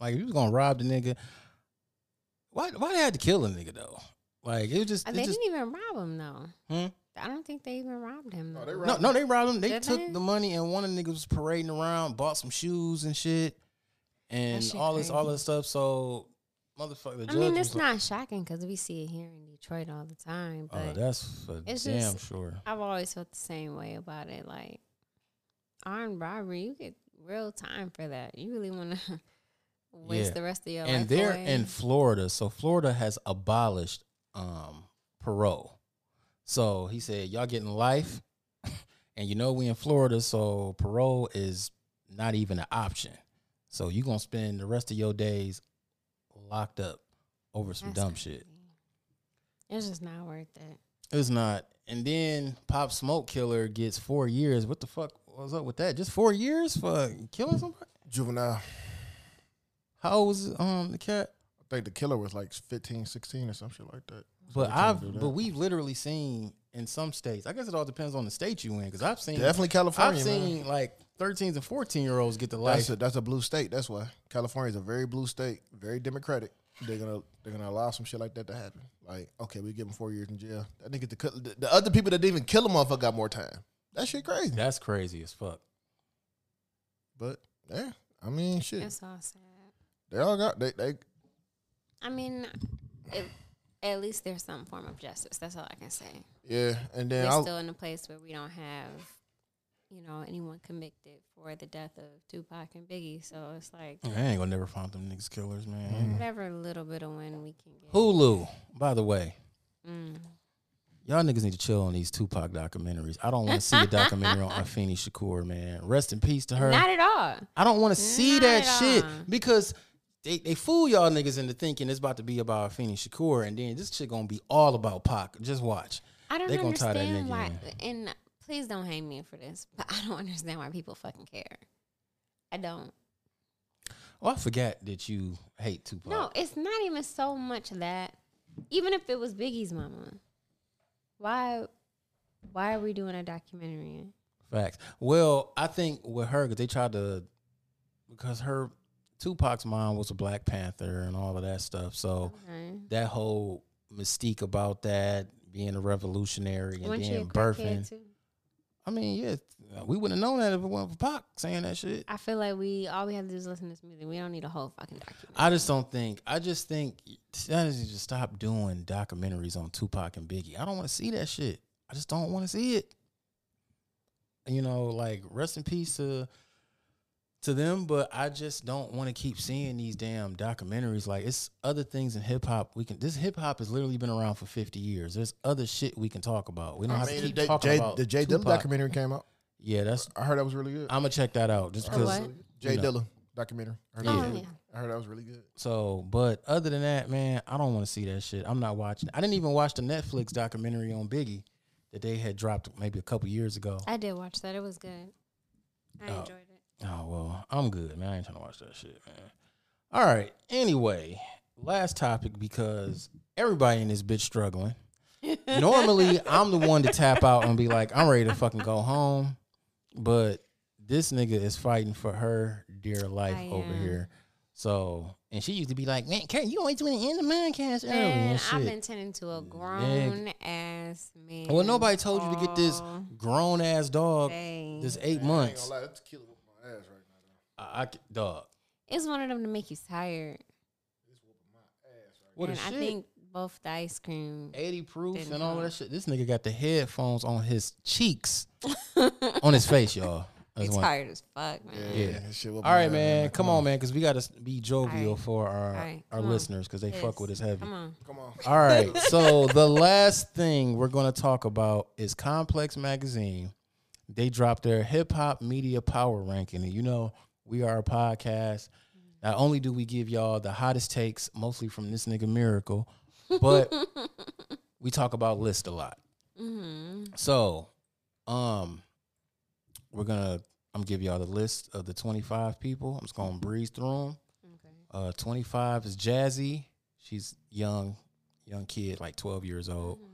Like if you was gonna rob the nigga. Why? Why they had to kill a nigga though? Like it was just, Uh, it They just didn't even rob him though. Hmm? I don't think they even robbed him. Though. Oh, they no, robbed no. They robbed him. They Did took they? the money and one of the niggas was parading around, bought some shoes and shit, and shit all this, all crazy. this stuff. So, motherfucker. the I judge mean, was it's like- not shocking because we see it here in Detroit all the time. Oh, But that's for it's damn just- sure. I've always felt the same way about it. Like armed robbery, you get real time for that. You really want to waste Yeah. the rest of your life. And they're away. in Florida, so Florida has abolished um, parole. So he said, "Y'all getting life, and you know we in Florida, so parole is not even an option. So you gonna spend the rest of your days locked up over some That's dumb crazy. shit. It's just not worth it. It's not. And then Pop Smoke Killer gets four years. What the fuck was up with that? Just four years for killing somebody? Juvenile. How old was um the cat? I think the killer was like 15, 16 or some shit like that. they But can't do I've that. but we've literally seen in some states. I guess it all depends on the state you in because I've seen Definitely California. I've man. seen like 13s and 14 year olds get the That's a, life. that's a blue state. That's why California's a very blue state, very democratic. They're gonna they're gonna allow some shit like that to happen. Like, okay, we give him four years in jail. That nigga, the, cut- the, the other people that didn't even kill a motherfucker got more time. That shit crazy. That's crazy as fuck. But yeah, I mean, shit. It's all sad. They all got they they I mean, it, at least there's some form of justice. That's all I can say. yeah. And then We're I, still in a place where we don't have, you know, anyone convicted for the death of Tupac and Biggie. So it's like I ain't gonna never find them niggas killers, man. Mm-hmm. whatever little bit of win we can get. Hulu, by the way, Mm. y'all niggas need to chill on these Tupac documentaries. I don't want to see a documentary on Afeni Shakur, man. Rest in peace to her. Not at all. I don't want to see Not that at shit all. because they, they fool y'all niggas into thinking it's about to be about Afeni Shakur, and then this shit gonna be all about Pac. Just watch. I don't They gonna tie understand that nigga why. And please don't hate me for this, but I don't understand why people fucking care. I don't. Oh, I forgot that you hate Tupac. No, it's not even so much that. Even if it was Biggie's mama, why, why are we doing a documentary? Facts. Well, I think with her, 'cause they tried to, because her Tupac's mom was a Black Panther and all of that stuff. So Okay. that whole mystique about that being a revolutionary and Wasn't she a then crackhead birthing. too? I mean, yeah, we wouldn't have known that if it wasn't for Pac saying that shit. I feel like we all we have to do is listen to this music. We don't need a whole fucking documentary. I just don't think. I just think that is just stop doing documentaries on Tupac and Biggie. I don't want to see that shit. I just don't want to see it. You know, like rest in peace to to them, but I just don't want to keep seeing these damn documentaries. Like it's other things in hip hop we can. This hip hop has literally been around for fifty years. There's other shit we can talk about. We don't I have mean, to keep the, talking J, about the Jay Dilla Tupac. documentary came out. Yeah, that's. I heard that was really good. I'm gonna check that out just A because. what? Jay you know. Dilla documentary. I heard, Yeah. that Oh, was, yeah. I heard that was really good. So, but other than that, man, I don't want to see that shit. I'm not watching. I didn't even watch the Netflix documentary on Biggie that they had dropped maybe a couple years ago. I did watch that. It was good. I Oh. enjoyed it. Oh well, I'm good, man. I ain't trying to watch that shit, man. All right. Anyway, last topic because everybody in this bitch struggling. Normally, I'm the one to tap out and be like, I'm ready to fucking go home, but this nigga is fighting for her dear life I over am. here. So, and she used to be like, man, Karen, you always want to end the podcast early Man, and shit. I've been tending to a grown ass man. well, nobody told you to get this all grown ass dog day. this eight months. lie, that's killer with my ass right now. I, I c- dog. It's one of them to make you tired. What and a I Oh, shit. think both the ice cream. 80 proof Didn't and all help. that shit. This nigga got the headphones on his cheeks, on his face, y'all. That's You one- tired as fuck, man. Yeah. Yeah. that shit whooped All my right, ass, man. Come on, man, because we got to be jovial All right. for our, right. our Come on. listeners because they fuck Yes. with us heavy. Come on. Come on. All right. So the last thing we're going to talk about is Complex Magazine. They dropped their hip hop media power ranking. And you know, we are a podcast. Mm-hmm. Not only do we give y'all the hottest takes, mostly from this nigga Miracle, but we talk about list a lot. hmm So, um, we're gonna I'm gonna give y'all the list of the 25 people. I'm just gonna breeze through them. Okay. Uh, 25 is Jazzy. She's young, young kid, like 12 years old. Mm-hmm.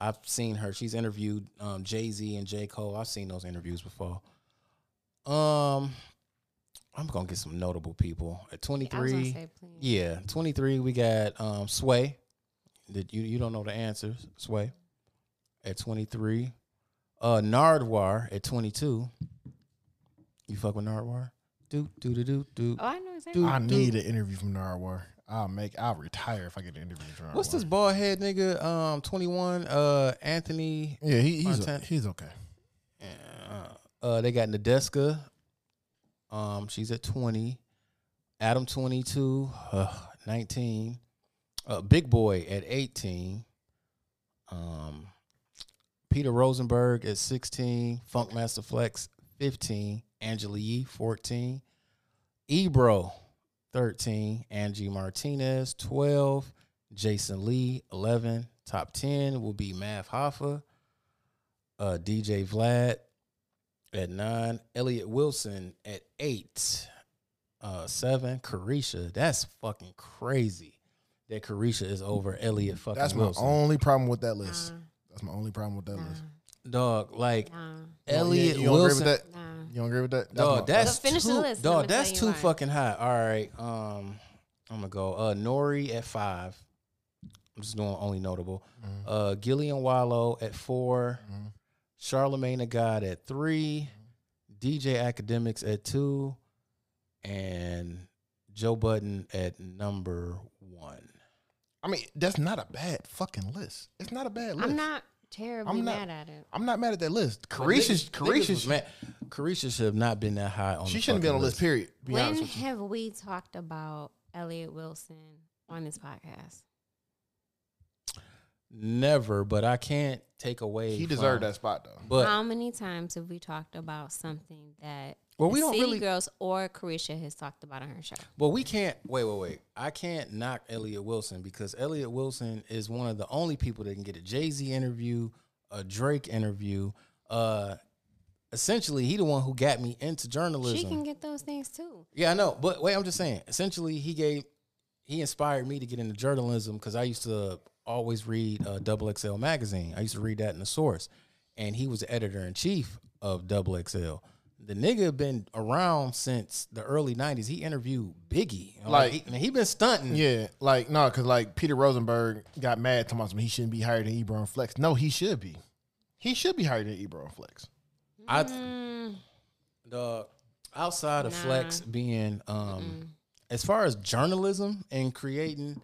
I've seen her. She's interviewed um, Jay Z and J Cole. I've seen those interviews before. Um, I'm gonna get some notable people at I was gonna 23. say, please. Yeah, 23. We got um, Sway. That you you don't know the answers. Sway at 23. Uh, Nardwar at 22. You fuck with Nardwar? Do do do do do. Oh, I know exactly. Dude. I need an interview from Narwar. I'll make. I'll retire if I get an interview from Narwar. What's this bald head nigga? Um, 21. Uh, Anthony. Yeah, he, he's Montana. he's okay. Uh, they got Nadeska. Um, she's at 20. Adam 22, uh, 19. Uh, Big Boy at 18. Um, Peter Rosenberg at 16. Funkmaster Flex 15. Angela Yee 14. Ebro 13. Angie Martinez 12. Jason Lee 11. Top 10 will be Mav Hoffa. Uh, DJ Vlad at nine, Elliot Wilson at eight, uh, seven, Carisha. That's fucking crazy that Carisha is over Elliot fucking That's my Wilson. only problem with that list. Mm. Nah, That's my only problem with that nah, list. Dog, like nah, Oh, You don't- Elliot you don't Wilson. Agree with that? nah. You don't agree with that? Dog, my- that's But finish too, the list, and Dog, I'ma tell that's you too why. fucking hot. All right, um, I'm gonna go. Uh, Nori at five. I'm just doing only notable. Mm-hmm. Uh, Gillian Wallow at 4 Charlemagne the God at 3 DJ Academics at two, and Joe Button at number one. I mean, that's not a bad fucking list. It's not a bad list. I'm not terribly I'm not- mad at it. I'm not mad at that list. Carisha, Carisha, man, Carisha should have not been that high on. she the shouldn't be fucking on the list. Period. to Be When honest with you. have we talked about Elliot Wilson on this podcast? Never, but I can't take away. He deserved from- that spot though. But How many times have we talked about something that Well, the we don't City really- Girls or Carisha has talked about on her show? But we can't wait, wait, wait. I can't knock Elliot Wilson because Elliot Wilson is one of the only people that can get a Jay Z interview, a Drake interview, uh, essentially he the one who got me into journalism. She can get those things too. Yeah, I know. But wait, I'm just saying. Essentially, he gave he inspired me to get into journalism because I used to always read uh, Double XL magazine. I used to read that in the source, and he was the editor in chief of Double XL. The nigga been around since the early '90s. He interviewed Biggie. You know, Like, Like- he, man, he been stunting. Yeah, like no, because like Peter Rosenberg got mad talking about something. He shouldn't be higher than Ebron Flex. No, he should be. He should be higher than Ebron Flex. I th- the outside of Nah. flex being um as far as journalism and creating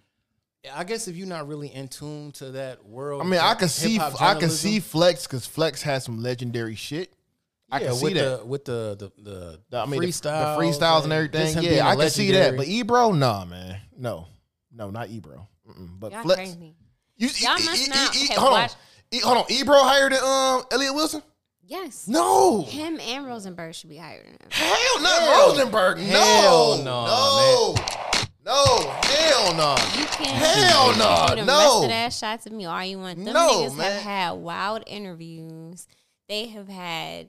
I guess if you're not really in tune to that world, I mean, I could see, hip-hop I could journalism- see Flex because Flex has some legendary shit. I yeah, can see with that. the with the the, the, The- I mean, the- freestyle, the, freestyles and everything. Yeah, I can see that. But e- Ebro, nah, man, no, no, not Ebro. Mm-mm. But Y'all Flex, crazy. you, e, Y'all must not have hold watched- on, E- hold on. Ebro higher than um Elliot Wilson? Yes. No, Him and Rosenberg should be higher than him. hell, not Rosenberg. No, Hell no, no, no, hell no. You can't. Hell you no, can do the no. Rest of that shots at me all you want. Them No, niggas man. have had wild interviews. They have had.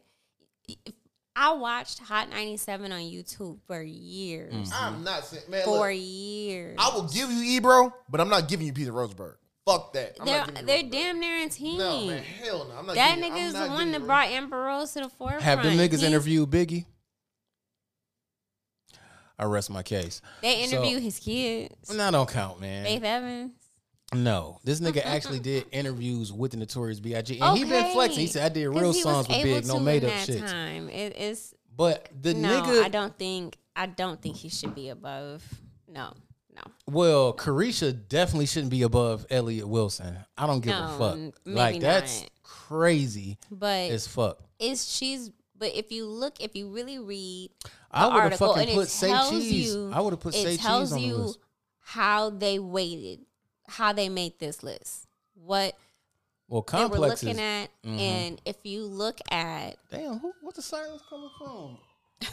I watched Hot 97 on YouTube for years. Mm. I'm not saying, man. For look, years. I will give you Ebro, but I'm not giving you Peter Rosenberg. Fuck that. I'm they're not giving you they're Rosenberg. damn near a team. No, man, hell no. I'm not that giving you- nigga I'm is the not one giving that you brought Amber Rose to the forefront. have them niggas He's- interview Biggie. I rest my case. They So- interview his kids. No, don't count, man. Faith Evans. No, this nigga actually did interviews with the Notorious B.I.G. and he been Okay. flexing. He said, "I did 'Cause real he was songs with able Big, no to made in up that shit." Time. It- it's But the no, nigga, I don't think I don't think he should be above. No, no, well, Carisha definitely shouldn't be above Elliot Wilson. I don't give a No, fuck. n- maybe Like that's not. crazy but as fuck. it's she's. But if you look, if you really read, I the would have article, fucking and it put say tells cheese. you- I would have put it say cheese tells on the you list. how they waited, how they made this list, what Well, they were complex looking is at, and if you look at damn. Who, what the sirens coming from?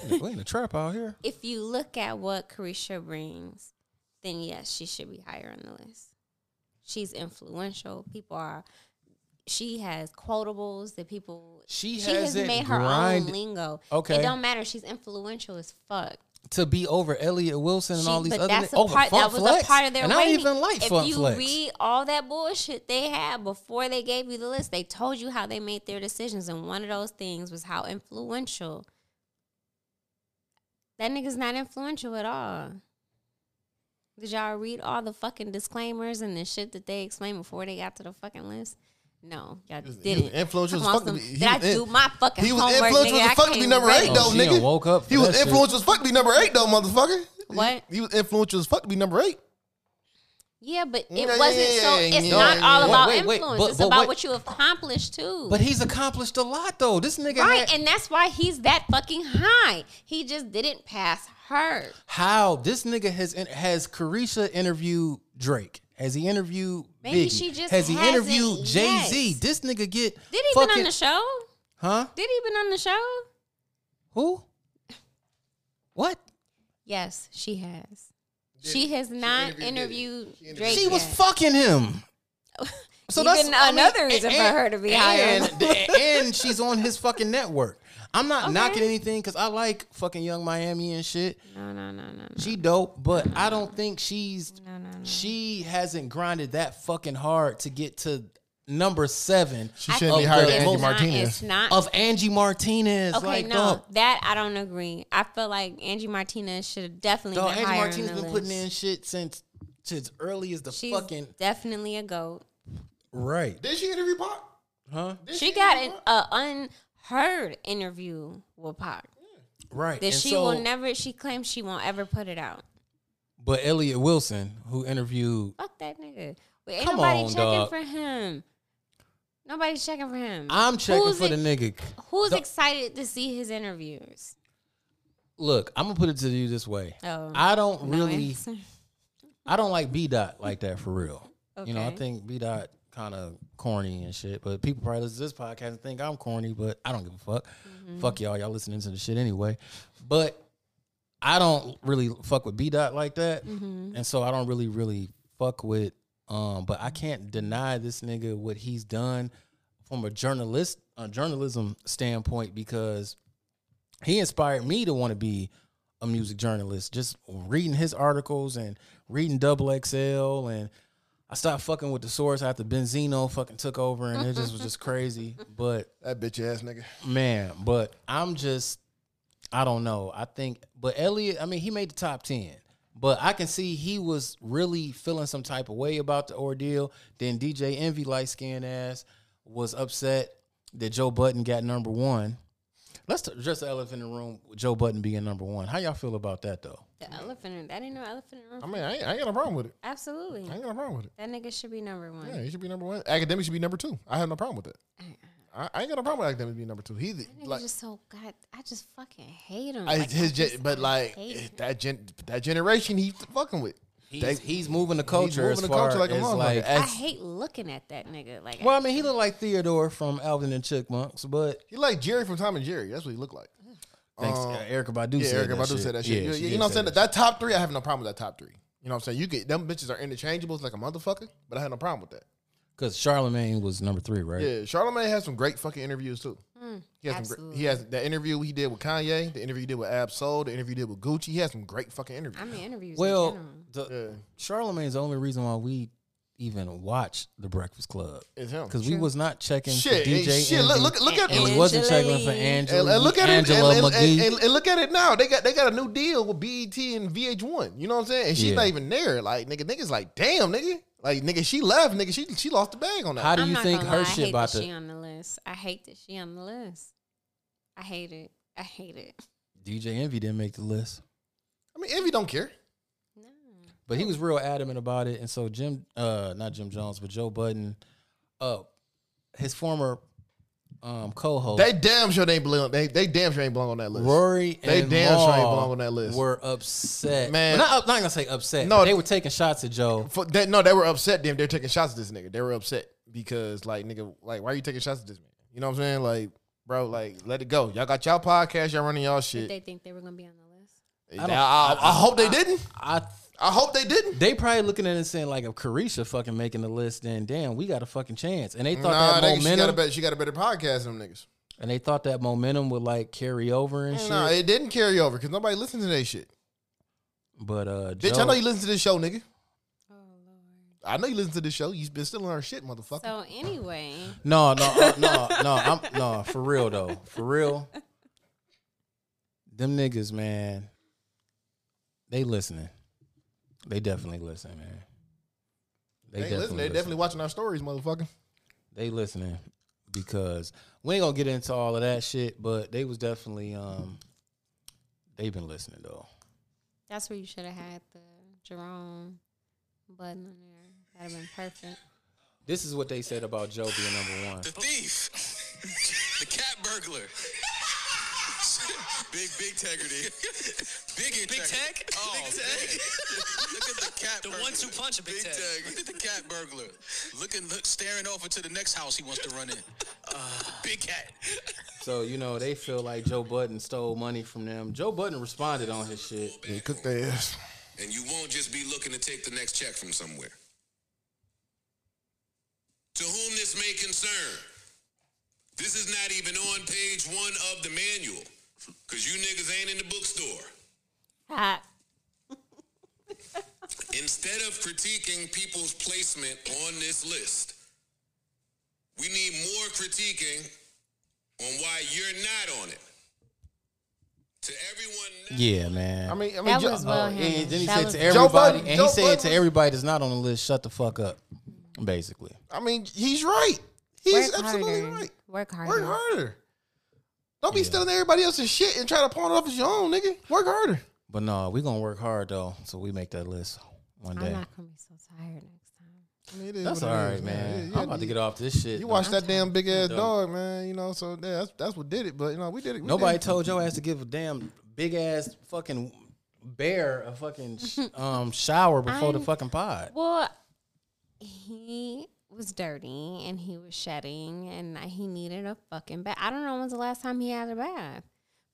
we ain't- we ain't a trap out here. if you look at what Carisha brings, then yes, she should be higher on the list. She's influential. People are. She has quotables that people. She she has has it made her grind- own lingo. Okay. it don't matter. She's influential as fuck. To be over Elliot Wilson and She- all these but other that's niggas. a oh, over part Funk that was Flex. a part of their and I waiting. don't even like if Funk you Flex. read all that bullshit they had before they gave you the list, they told you how they made their decisions, and one of those things was how influential. That nigga's not influential at all. Did y'all read all the fucking disclaimers and the shit that they explained before they got to the fucking list? No, y'all was- he didn't. was influential as Come on, fuck to some- be- he Did I was in- do my fucking He was homework, influential nigga? as I fuck to be came number eight, ready. though, Oh, she nigga. done woke up for He was that shit. influential as fuck to be number eight, though, motherfucker. What? He, he was influential as fuck to be number eight. Yeah, but Yeah, it yeah, wasn't yeah, so. yeah, It's yeah, not yeah, all yeah. about Wait, wait, influence. but- it's but about wait. what you accomplished too. But he's accomplished a lot though. This nigga right, had- and that's why he's that fucking high. He just didn't pass her. how this nigga has in- has Carisha interviewed Drake? Has he interviewed Maybe Biggie? she just has he hasn't interviewed Jay Z? yet. This nigga Did get he fucking, been on the show? huh? Did he been on the show? Who? What? Yes, she has. She has not interviewed, Drake. She was yet. fucking him. So that's Even I mean, another reason for her to be higher. And, and she's on his fucking network. I'm not Okay. knocking anything because I like fucking Young Miami and shit. no, no, no, no, no, She dope, but I don't think she's no, no, no. she hasn't grinded that fucking hard to get to number seven She I shouldn't think be higher the than it's Angie most- not- Martinez. It's not of Angie Martinez. Okay, like, no, dog, that I don't agree. I feel like Angie Martinez should have definitely dog, been Angie higher Martinez on been the putting in list. shit since since early as the She's fucking definitely a goat. right, Did she interview Pac? huh? She got an a unheard interview with Pac Right. that And she so- will never. She claims she won't ever put it out. But Elliot Wilson, who interviewed, Fuck that nigga. Wait, ain't Come nobody on, checking dog. for him. Nobody's checking for him. I'm checking Who's for ex- the nigga. Who's Dog- excited to see his interviews? Look, I'm gonna put it to you this way. Oh, I don't no really, answer. I don't like B dot like that for real. You know, I Okay. think B dot kind of corny and shit. But people probably listen to this podcast and think I'm corny, but I don't give a fuck. Fuck y'all, y'all listening to the shit anyway. But I don't really fuck with B dot like that, and so I don't really really fuck with. Um, but I can't deny this nigga what he's done from a journalist a journalism standpoint because he inspired me to want to be a music journalist. Just reading his articles and reading Double XL, and I stopped fucking with the source after Benzino fucking took over, and it just was just crazy. But That bitch ass nigga. man, but I'm just, I don't know. I think, but Elliot, I mean, he made the top ten. But I can see he was really feeling some type of way about the ordeal. Then DJ Envy, light skinned ass, was upset that Joe Button got number one. Let's t- address the elephant in the room with Joe Button being number one. How y'all feel about that though? The elephant in that ain't no elephant in the room. I mean, I ain't, I ain't got no problem with it. Absolutely. I ain't got no problem with it. That nigga should be number one. Yeah, he should be number one. Academic should be number two. I have no problem with that. I, I ain't got no problem with academic being number two. He the- That nigga like just so god. I just fucking hate him. I, Like, his, I gen- just- but I like eh, hate him. that gen, that generation he fucking with. He's, They- he's moving the culture. moving as the culture far like a as, motherfucker. like, I As- hate looking at that nigga. Like, well, I mean, he looked like Theodore from Alvin and Chipmunks, but He like Jerry from Tom and Jerry. That's what he looked like. thanks, uh, Erica Badu. Um, Yeah, said Erica that Badu shit. said that shit. Yeah, You- she you did know what I'm say saying? that That, top three, I have no problem with that top three. You know what I'm saying? You get them bitches are interchangeable it's like a motherfucker, but I have no problem with that. Because Charlemagne was number three, right? Yeah, Charlamagne has some great fucking interviews too. he has some great, he has that interview he did with Kanye, the interview he did with Ab Soul, the interview he did with Gucci. He has some great fucking interviews. I mean, interviews. in Well, general. the, Charlemagne's the only reason why we even watched The Breakfast Club It's him. because we was not checking Shit, for hey, DJ. shit, look- Envy, look- look at and we Angela wasn't checking for Yee. Angela. And, and look at Angela it, and, and- McGee. and- and look at it now. They got they got a new deal with BET and VH1. You know what I'm saying? And she's Yeah. not even there. Like nigga, niggas like damn nigga, like nigga, she left nigga. She she lost the bag on that. How do I'm you not think gonna her lie, I shit hate about that she the on the list? I hate that she on the list. I hate it. I hate it. DJ Envy didn't make the list, I mean, Envy don't care. No. but he was real adamant about it, and so Jim, uh, not Jim Jones, but Joe Budden, uh, his former um co-host They damn sure they ain't belong. They they damn sure ain't belong on that list. Rory They and damn sure ain't Maul belong on that list. Were upset, Man. Well, not, up- not gonna say upset. No. No, they were taking shots at Joe. For that, no, they were upset. Damn, they're taking shots at this nigga. They were upset because like nigga, like why are you taking shots at this man? You know what I'm saying? Like, bro, like let it go. Y'all got y'all podcast. Y'all running y'all Did shit. they think they were gonna be on the list? I, I- I hope they didn't. I I hope they didn't. they probably looking at it and saying like if Carisha fucking making the list, then damn, we got a fucking chance. And they thought Nah, nigga, she that got a momentum, better. She got a better podcast than them niggas. and they thought that momentum would like carry over and shit. No, it didn't carry over because nobody listened to that shit. But uh, Joe, Bitch, I know you listen to this show, nigga. Oh lord. I know you listen to this show. You've been stealing our shit, motherfucker. So anyway, no, no, uh, no, no, I'm no for real though, for real. Them niggas, man, they listening. They definitely listen, man. they ain't listening. They definitely watching our stories, motherfucker. they listening because we ain't gonna get into all of that shit, but they was definitely um they've been listening though. that's where you should have had the Jerome button on there. That'd have been perfect. This is what they said about Joe being number one. The thief. the cat burglar. big, big integrity. Big, big tech? Oh, big tech. look at the cat The one two punch of big, tech. Look at the cat burglar. Looking, look, staring over to the next house he wants to run in. big cat. So you know they feel like Joe Budden stole money from them. Joe Budden responded on his shit. Yeah, cook their ass. And you won't just be looking to take the next check from somewhere. To whom this may concern, this is not even on page one of the manual, because you niggas ain't in the bookstore. Ah, Instead of critiquing people's placement on this list, we need more critiquing on why you're not on it. To everyone not Yeah, man. I mean, I mean, That Joe, was well oh, and he- handled. then he That said was- to everybody, Budden- and Joe he said Budden to was- everybody that's not on the list, shut the fuck up. Basically, I mean, he's right. He's work absolutely harder. right. Work harder. Work harder. Don't be stealing everybody else's shit and try to pawn it off as your own, nigga. Work harder. but no, we gonna work hard though, so we make that list one I'm day. not gonna be so tired next time. I mean, it is That's all what it right, is, man. Yeah, yeah, I'm about to you- get off this shit. You though. watched that damn big ass Dog. dog, man. You know, so yeah, that's that's what did it. But you know, we did it. we Nobody did told your ass to give a damn big ass fucking bear a fucking sh- um shower before the I'm- fucking pod. Well, he was dirty and he was shedding and he needed a fucking bath. I don't know when's the last time he had a bath,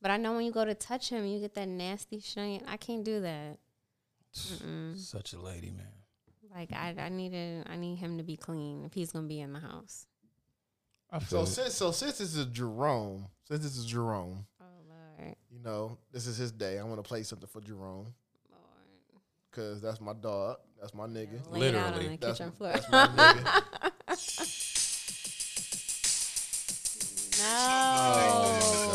but I know when you go to touch him, you get that nasty shit. I can't do that. Such a lady, man. Like I, I needed, I need him to be clean if he's gonna be in the house. I So feel it. since so since this is Jerome, since this is Jerome, Oh Lord, you know this is his day. I'm gonna play something for Jerome Lord. because that's my dog. That's my nigga. Laying out on Literally. the That's, kitchen floor. that's my nigga.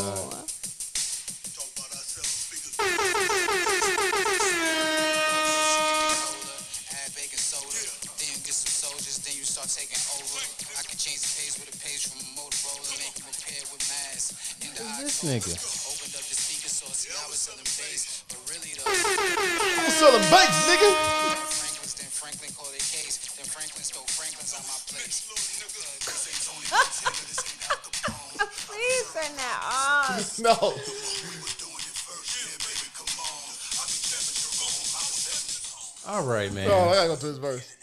No. add baking soda. Then you get some soldiers, then you start taking over. I can change the page with a page from a Motorola, make them appear with mass. In the This iPhone, nigga. opened up the speaker source, now it's selling bass. But really though, I'm selling bakes, nigga. Franklin's, then Franklin called it case. Then Franklin stole Franklin's on my plate. Please turn that off. No, All right, man. no, I gotta go to this verse.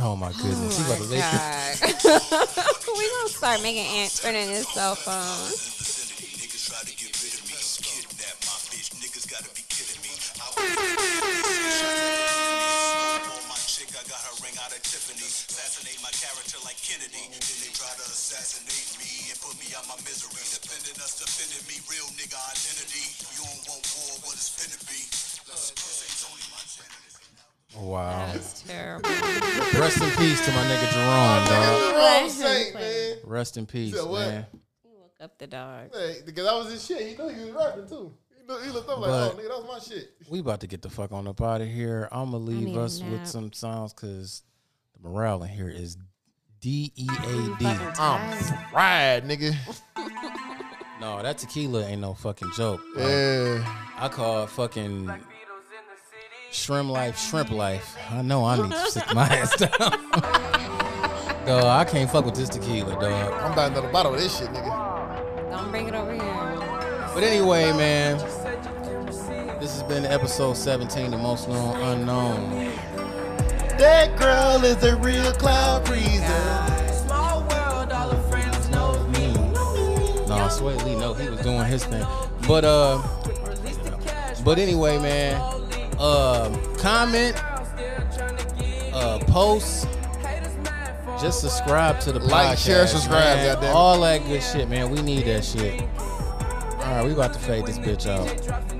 Oh my goodness. He about to lick you. God. we gonna start making ants turning his cell phone. Wow. That's terrible. Rest in peace to my nigga Jerome, dog. Jerome Saint, man. Rest in peace, said what? man. Look up the dog. Hey, because that was his shit. He knew he was rapping too. He, knew, he looked up like, But- oh, nigga, that was my shit. We about to get the fuck on up out of here. I'm gonna leave need a us nap. with some songs because the morale in here is D E A D. Ride, nigga. No, that tequila ain't no fucking joke. bro. Yeah. I call it fucking shrimp life, shrimp life. I know I need to sit my ass down. dog, I can't fuck with this tequila, dog. I'm about another bottle of this shit, nigga. Don't bring it over here. But anyway, man, this has been episode 17 of Most Known Unknown. That girl is a real cloud breezer. Small world, all the friends know me. No, Sway Lee, no, he was doing his thing. But uh, Release the cash. but anyway, man, uh, comment, uh, post, just subscribe to the Like, podcast, share, subscribe, man. goddamn it. all that good shit, man. We need that shit. All right, we about to fade this bitch out.